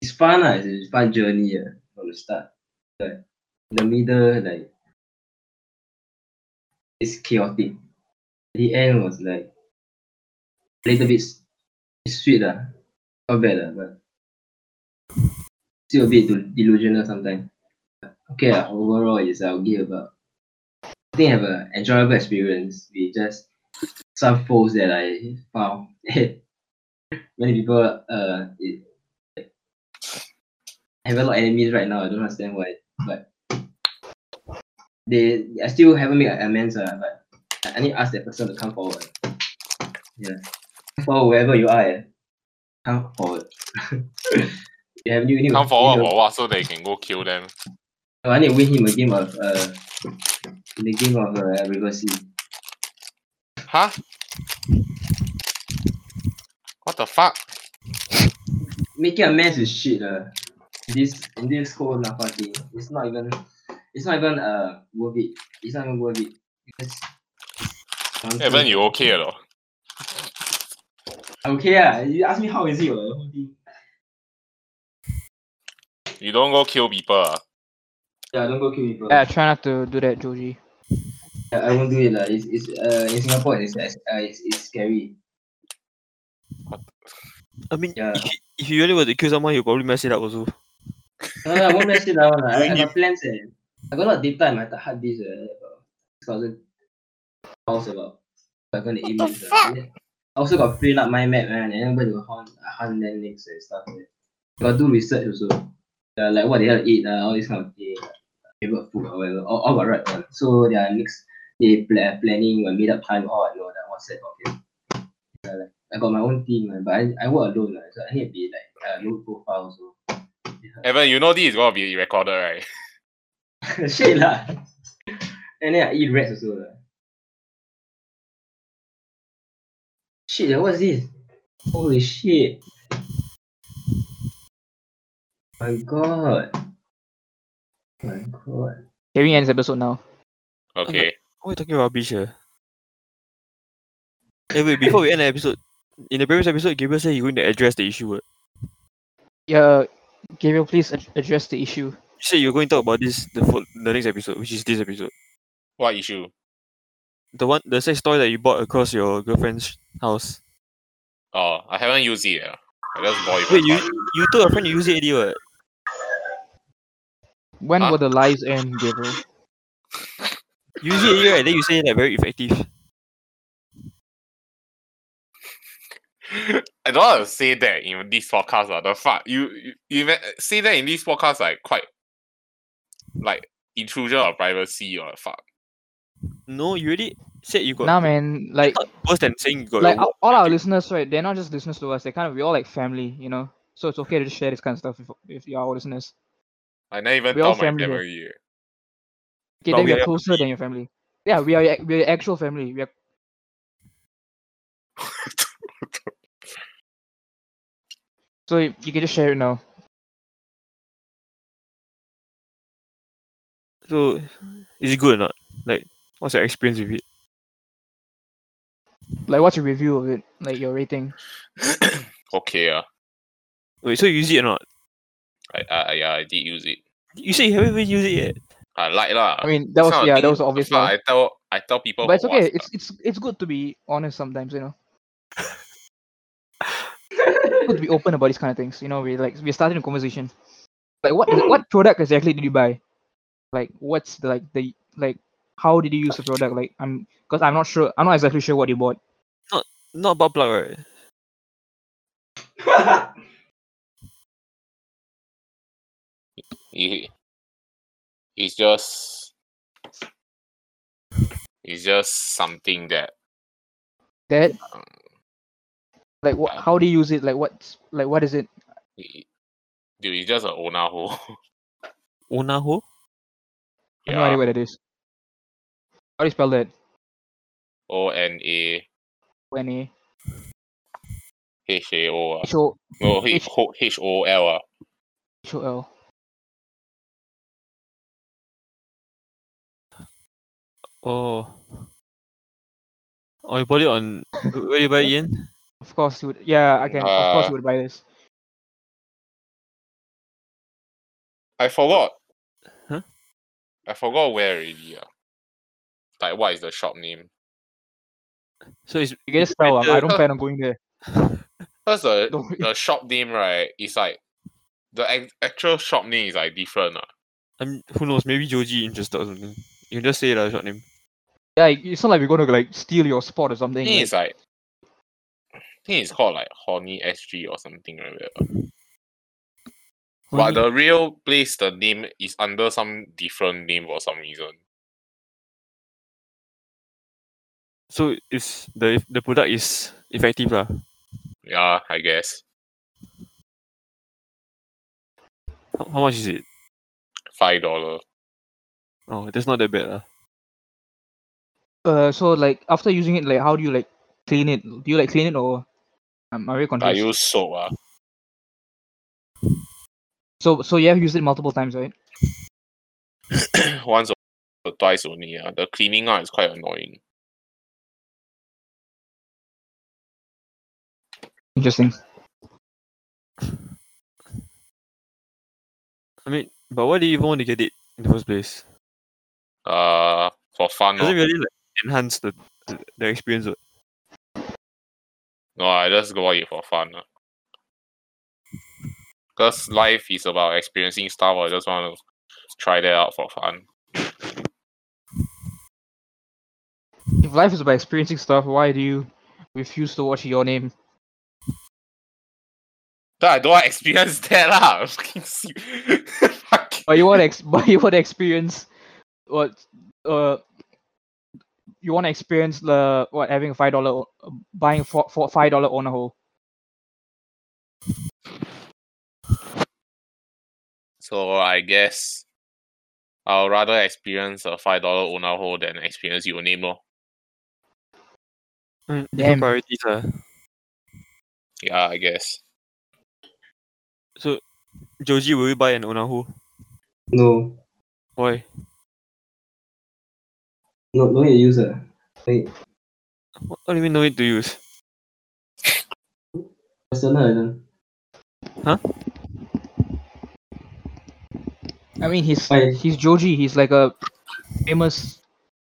Speaker 4: it's fun. Uh, it's a fun journey uh, from the start, but in the middle like it's chaotic. The end was like a little bit s- it's sweet lah. ah. Not bad lah, but still a bit del- delusional sometimes. Okay lah, overall is I'll give about I think I have an enjoyable experience with just some folks that I found. *laughs* Many people uh it, I have a lot of enemies right now, I don't understand why. But they I still haven't made an amends, uh, but I- I need to ask that person to come forward. Yeah. Come forward wherever you are, eh. Come forward. *laughs* you have you need to-
Speaker 2: Come forward
Speaker 4: you know-
Speaker 2: for what so they can go kill them.
Speaker 4: Oh, I need to win him a game of uh in the game of uh, reverse.
Speaker 2: Huh? What the fuck?
Speaker 4: Making amends is shit uh. This in this whole Nafa thing. It's not even it's not even uh worth it. It's not even worth it. Because
Speaker 2: Evan, you okay though?
Speaker 4: Okay, ah, you ask me how is it, uh, the whole thing.
Speaker 2: You don't go kill people. ah.
Speaker 4: Yeah, don't go kill people.
Speaker 3: Yeah, try not to do that, Joji.
Speaker 4: Yeah, I won't do it lah. It's, it's uh in Singapore it's it's, uh, it's, it's scary.
Speaker 5: I mean,
Speaker 4: Yeah.
Speaker 5: if, you, if you really were to kill someone, you'll probably mess it up also.
Speaker 4: No, no, I won't mess it down lah. I, I
Speaker 5: Doing
Speaker 4: got plans eh. I got a lot of data in my hard disk eh. About six thousand hours about. I'm gonna aim
Speaker 1: What the
Speaker 4: it. ah. And then I also got print up my map man, and I'm going to hunt uh, hunt land links and stuff. Eh. Got to do research also. Uh, like what they like to eat, uh, all this kind of thing. Favorite food or whatever. All, all got right one. So they are next they pl- planning or meet up time all I know that WhatsApp okay. Uh, like, I got my own team, man, but I, I work alone, lah, so I need to be like uh, low profile. So
Speaker 2: Evan, you know this is gonna be recorded, right?
Speaker 4: Shit lah. And then I 哎 eat rats also lah. Shit, what's this? Holy shit. My god. My god. *laughs*
Speaker 3: Can we end this episode now?
Speaker 2: Okay.
Speaker 5: Why are you talking rubbish here? Hey, wait, before we end the episode, in the previous episode, Gabriel said he going to address the issue. What?
Speaker 3: Yeah, Gabriel, please ad- address the issue.
Speaker 5: You said you're going to talk about this the fol- the next episode, which is this episode.
Speaker 2: What issue?
Speaker 5: The one, the sex toy that you bought across your girlfriend's house.
Speaker 2: Oh, I haven't used it. Yet. I just bought it.
Speaker 5: Wait, you you told a friend you use it already, what?
Speaker 3: When
Speaker 2: Huh?
Speaker 3: will the lies end, Gabriel?
Speaker 5: You use it already, right? Then you say like very effective.
Speaker 2: I don't want to say that in this podcast. ah. The fuck you, you you even say that in this podcast like quite like intrusion of privacy or fuck.
Speaker 5: No, you already said you got.
Speaker 3: Nah, man. Like,
Speaker 5: Not worse than saying you got.
Speaker 3: like
Speaker 5: your
Speaker 3: all all our listeners, right? They're not just listeners to us. They kind of we all like family, you know. So it's okay to just share this kind of stuff if if you're our listeners.
Speaker 2: I never even
Speaker 3: We all
Speaker 2: told my
Speaker 3: family, bro.
Speaker 2: family. eh.
Speaker 3: Okay,
Speaker 5: But
Speaker 3: then
Speaker 5: we
Speaker 3: we are
Speaker 5: are
Speaker 3: closer than your family. Yeah, we are your ac- we are your actual family. We are so you you can just share it now.
Speaker 5: So, is it good or not? Like, what's your experience with it?
Speaker 3: Like, what's your review of it? Like your rating?
Speaker 2: Okay. Uh,
Speaker 5: Wait, so you use it or not?
Speaker 2: I, I yeah I did use it.
Speaker 5: You say you haven't even used it yet.
Speaker 2: I like lah.
Speaker 3: I mean,
Speaker 2: This
Speaker 3: that was
Speaker 2: kind of
Speaker 3: yeah, that
Speaker 2: thing,
Speaker 3: was
Speaker 2: the
Speaker 3: obvious.
Speaker 2: fuck,
Speaker 3: one.
Speaker 2: I tell I tell people.
Speaker 3: But it's
Speaker 2: for
Speaker 3: okay.
Speaker 2: what's
Speaker 3: It's it's it's good to be honest sometimes, you know. good to be open about these kind of things. You know, we like we're starting a conversation. Like what what product exactly did you buy? Like what's the like the like how did you use the product? Like I'm because I'm not sure I'm not exactly sure what you bought.
Speaker 5: Not butt plug, right?
Speaker 2: it, it's just it's just something that
Speaker 3: That like what
Speaker 2: Um,
Speaker 3: how do you use it? Like what's like what is it?
Speaker 2: it, dude it's just an onaho *laughs*
Speaker 5: Onaho?
Speaker 3: I have no idea
Speaker 2: yeah
Speaker 3: what it is. How do you spell that?
Speaker 2: o n a
Speaker 3: N A
Speaker 2: h a o ah.
Speaker 3: H O
Speaker 2: no
Speaker 3: H-
Speaker 2: h o h o l ah.
Speaker 3: H O L.
Speaker 5: Oh. Oh, you bought it on. Where did you buy it Ian?
Speaker 3: Of course you would yeah, I can of course
Speaker 2: Uh,
Speaker 3: you would buy this.
Speaker 2: I forgot
Speaker 5: Huh?
Speaker 2: I forgot where already ah. like what is the shop name
Speaker 5: So it's.
Speaker 3: You can just spell um,
Speaker 5: better-
Speaker 3: I don't plan on going there.
Speaker 2: Cause the
Speaker 3: Don't worry.
Speaker 2: the shop name right is like the ac- actual shop name is like different ah.
Speaker 5: I'm, um, who knows? Maybe Joji interested or something. You can just say the short name.
Speaker 3: Yeah, like, it's not like we're gonna like steal your spot or something.
Speaker 2: think
Speaker 3: like-
Speaker 2: it's like I think it's called like Horny SG or something like that. ah. But the real place the name is under some different name for some reason.
Speaker 5: So it's the the product is effective lah.
Speaker 2: Yeah, I guess.
Speaker 5: How, how much is it?
Speaker 2: Five dollar.
Speaker 5: Oh, that's not that bad lah.
Speaker 3: Uh, so like after using it, like how do you like clean it? Do you like clean it or? I'm very
Speaker 2: I
Speaker 3: confused.
Speaker 2: use soap ah. *coughs*
Speaker 3: So so you have used it multiple times, right?
Speaker 2: Once or twice only ah. The cleaning out is quite annoying.
Speaker 3: Interesting.
Speaker 5: I mean, but why do you even want to get it in the first place?
Speaker 2: Uh, for fun.
Speaker 5: Does it
Speaker 2: lor.
Speaker 5: really like enhance the the, the experience? what?
Speaker 2: No, I just go out it for fun. lah. Cause life is about experiencing stuff. I just want to try that out for fun.
Speaker 3: If life is about experiencing stuff, why do you refuse to watch your name?
Speaker 2: But I don't *laughs* want to experience that lah. Fucking se- *laughs* Fuck.
Speaker 3: Or you want to ex- *laughs* but you want to experience what uh you want to experience the what having a five dollar uh, buying for, for five dollar on a hole.
Speaker 2: So I guess I'll rather experience a five dollar owner hole than experience your name lor.
Speaker 5: I mean,
Speaker 3: Damn.
Speaker 5: different uh, priorities lah.
Speaker 2: Yeah, I guess.
Speaker 5: So, Joji, will you buy an Onahu?
Speaker 4: No,
Speaker 5: Why?
Speaker 4: no, no need to use ah. Wait,
Speaker 5: What what do you mean no need to use?
Speaker 4: personal. I don't-
Speaker 3: I mean he's
Speaker 4: Why?
Speaker 3: he's Joji, he's like a famous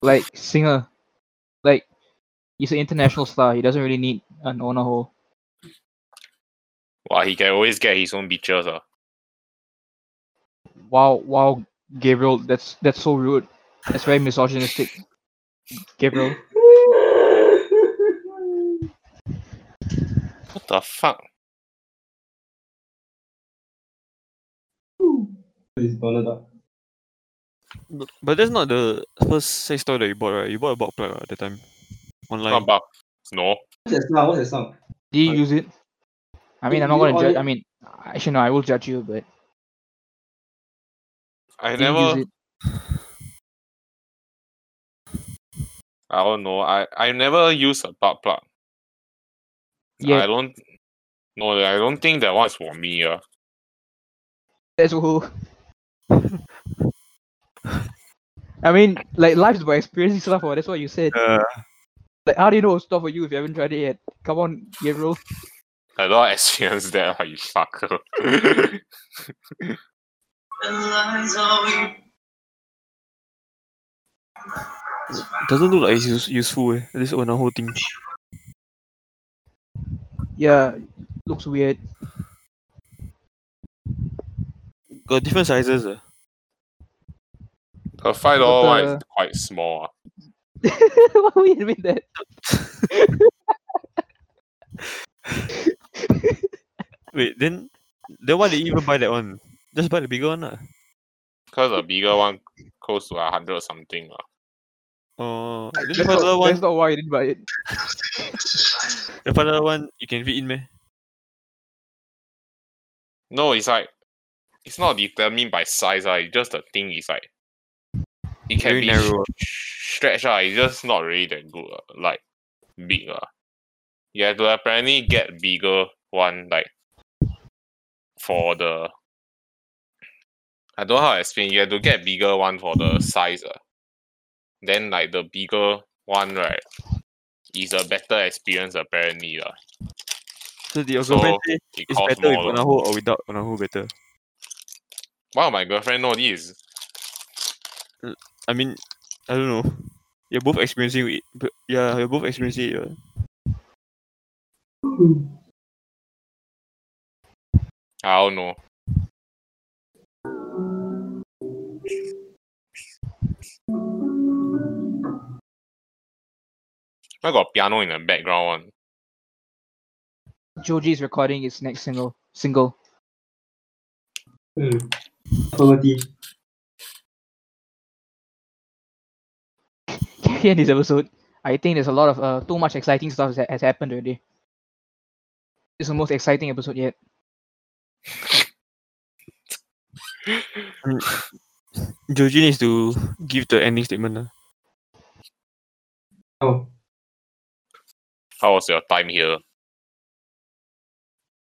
Speaker 3: like singer. Like he's an international star. He doesn't really need an honor hole.
Speaker 2: Wow, he can always get his own pictures ah.
Speaker 3: Wow wow Gabriel, that's that's so rude. That's very misogynistic. Gabriel.
Speaker 2: What the fuck?
Speaker 4: It's Donald Duck.
Speaker 5: But, but that's not the first sex toy that you bought, right? You bought a box plug at the time.
Speaker 2: Not
Speaker 5: Online.
Speaker 2: about no.
Speaker 4: What's that sound? What's that sound?
Speaker 3: Do you
Speaker 4: Like-
Speaker 3: use it? I mean, I'm not
Speaker 4: You
Speaker 3: gonna judge.
Speaker 4: only-
Speaker 3: I mean, actually, no, I will judge you, but
Speaker 2: I
Speaker 3: do you use
Speaker 2: never.
Speaker 3: it?
Speaker 2: I don't know. I I never use a butt plug. I
Speaker 3: Yeah,
Speaker 2: don't. No, I don't think that one's for me. Uh.
Speaker 3: that's who. I mean, like life's about experiencing stuff. Or that's what you said.
Speaker 5: Uh,
Speaker 3: Like, how do you know it's not for you if you haven't tried it yet? Come on, Gabriel.
Speaker 2: I don't *laughs* experience that. Like, you fucker. *laughs*
Speaker 5: doesn't look like it's use- useful, eh? This Onahu thing.
Speaker 3: Yeah, looks weird. *laughs*
Speaker 5: Got different sizes, eh?
Speaker 2: the five dollar one is
Speaker 3: the-
Speaker 2: quite small. ah.
Speaker 3: Why would you admit that?
Speaker 5: Wait, then, then why did you even buy that one? Just buy the bigger one, lah.
Speaker 2: Cause the bigger one close to a hundred something. ah.
Speaker 5: Oh, then the
Speaker 3: That's not,
Speaker 5: father
Speaker 3: that's
Speaker 5: one,
Speaker 3: not why you didn't buy it.
Speaker 5: the father one, you can fit in, meh?
Speaker 2: No, it's like it's not determined by size. Uh, it's just the thing is like it can
Speaker 5: Very
Speaker 2: be
Speaker 5: narrow.
Speaker 2: stretched. Uh, it's just not really that good. ah, like big. Uh. You have to apparently get bigger one. Like for the I don't know how to explain. You have to get bigger one for the size. Uh. Then like the bigger one, right? Is a better experience apparently. Uh.
Speaker 5: So the
Speaker 2: So,
Speaker 5: girlfriend say
Speaker 2: It
Speaker 5: it's
Speaker 2: costs
Speaker 5: better
Speaker 2: more.
Speaker 5: with
Speaker 2: lah.
Speaker 5: Onahu or without Onahu better.
Speaker 2: Wow, my girlfriend know this.
Speaker 5: I mean, I don't know. You're both experiencing it. But yeah, you're both experiencing it. uh.
Speaker 4: Hmm.
Speaker 2: I don't know. I got piano in the background one.
Speaker 3: Joji's recording his next single. Single. *laughs*
Speaker 4: Hmm. Affirmative.
Speaker 3: Can we end this episode? I think there's a lot of uh, too much exciting stuff that has happened already. This is the most exciting episode yet.
Speaker 5: Joji needs to give the ending statement. lah.
Speaker 4: Oh,
Speaker 2: How was your time here?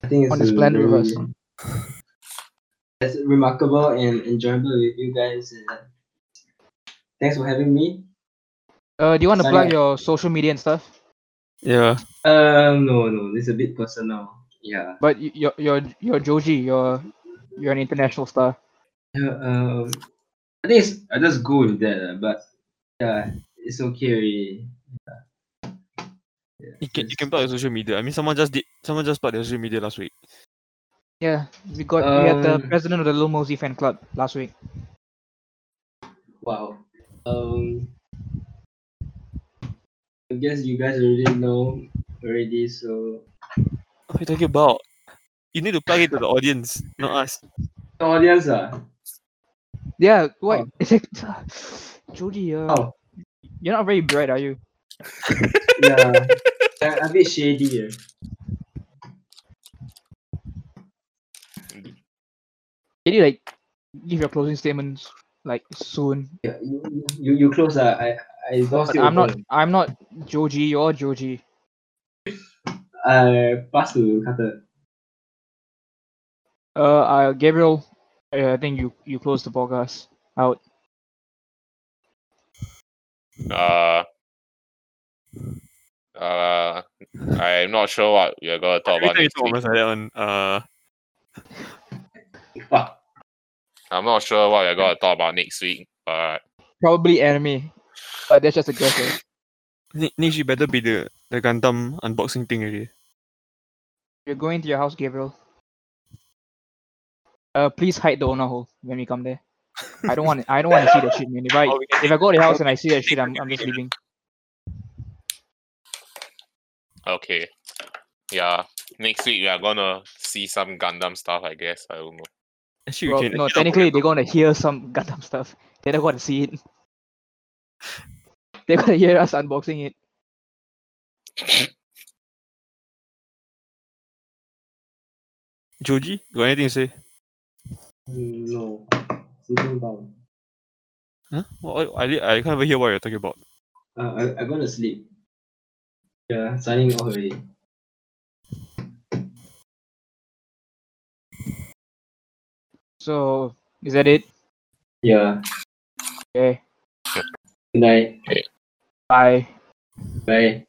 Speaker 4: I think it's
Speaker 3: On this
Speaker 4: a
Speaker 3: plan with
Speaker 4: very-
Speaker 3: us.
Speaker 4: *laughs* It's remarkable and enjoyable with you guys. Uh, thanks for having me.
Speaker 3: Uh, do you want to
Speaker 4: Sign
Speaker 3: plug
Speaker 4: up.
Speaker 3: your social media and stuff?
Speaker 5: Yeah.
Speaker 4: Um, no, no, it's a bit personal. Yeah.
Speaker 3: But y- you're you're you're Joji. You're you're an international star.
Speaker 4: Yeah, um, I think it's, I just go with that, uh, but yeah, it's okay. already. Yeah.
Speaker 5: You can you can plug your social media. I mean, someone just did someone just plugged their social media last week.
Speaker 3: Yeah, we got we had the
Speaker 4: Um,
Speaker 3: president of the Lil Mosey fan club last week.
Speaker 4: Wow. Um, I guess you guys already know already, so
Speaker 5: What are you talking about? You need to plug it to the audience, not us.
Speaker 4: the audience, uh,
Speaker 3: Yeah, wait, it's like *laughs* Joji. Uh,
Speaker 4: Oh.
Speaker 3: you're not very bright, are you? *laughs*
Speaker 4: yeah, yeah, a bit shady uh, here.
Speaker 3: Can you like give your closing statements like soon?
Speaker 4: Yeah, you, you, you close. Uh, I, I lost
Speaker 3: But
Speaker 4: it.
Speaker 3: I'm not. I'm not Joji. You're Joji.
Speaker 4: Uh, pass to Carter.
Speaker 3: Uh, uh Gabriel, uh, I think you you close the podcast out.
Speaker 2: Uh, uh, I'm not sure what we're gonna talk
Speaker 5: Every
Speaker 2: about.
Speaker 5: time you
Speaker 2: Next
Speaker 5: talk
Speaker 2: week.
Speaker 5: almost like that one. Uh,
Speaker 4: Fuck.
Speaker 2: I'm not sure what we're gonna talk about next week. But
Speaker 3: Probably enemy, but that's just a guess. eh?
Speaker 5: ne- next you better be the the Gundam unboxing thing already.
Speaker 3: You're going to your house, Gabriel. Uh, please hide the owner hole when we come there. I don't want. I don't want to see that shit, man. If I
Speaker 5: Or Oh, we can
Speaker 3: if I go to your house and I see that shit, I'm I'm just leaving.
Speaker 2: okay, yeah, next week we are gonna see some Gundam stuff. I guess I don't know.
Speaker 5: actually we
Speaker 3: Well,
Speaker 5: can
Speaker 3: no,
Speaker 5: actually not put
Speaker 3: technically
Speaker 5: it
Speaker 3: they're gonna hear some *laughs* Gundam stuff. They don't want to see it. They're gonna hear us unboxing it.
Speaker 5: up. Joji, got anything to say?
Speaker 4: Mm, No. Sitting down.
Speaker 5: Huh? What, I I I can't even hear what you're talking about.
Speaker 4: Uh, I, I'm gonna sleep. Yeah, signing off already.
Speaker 3: So is that it?
Speaker 4: Yeah.
Speaker 3: Okay.
Speaker 4: Good night.
Speaker 3: Bye.
Speaker 4: Bye.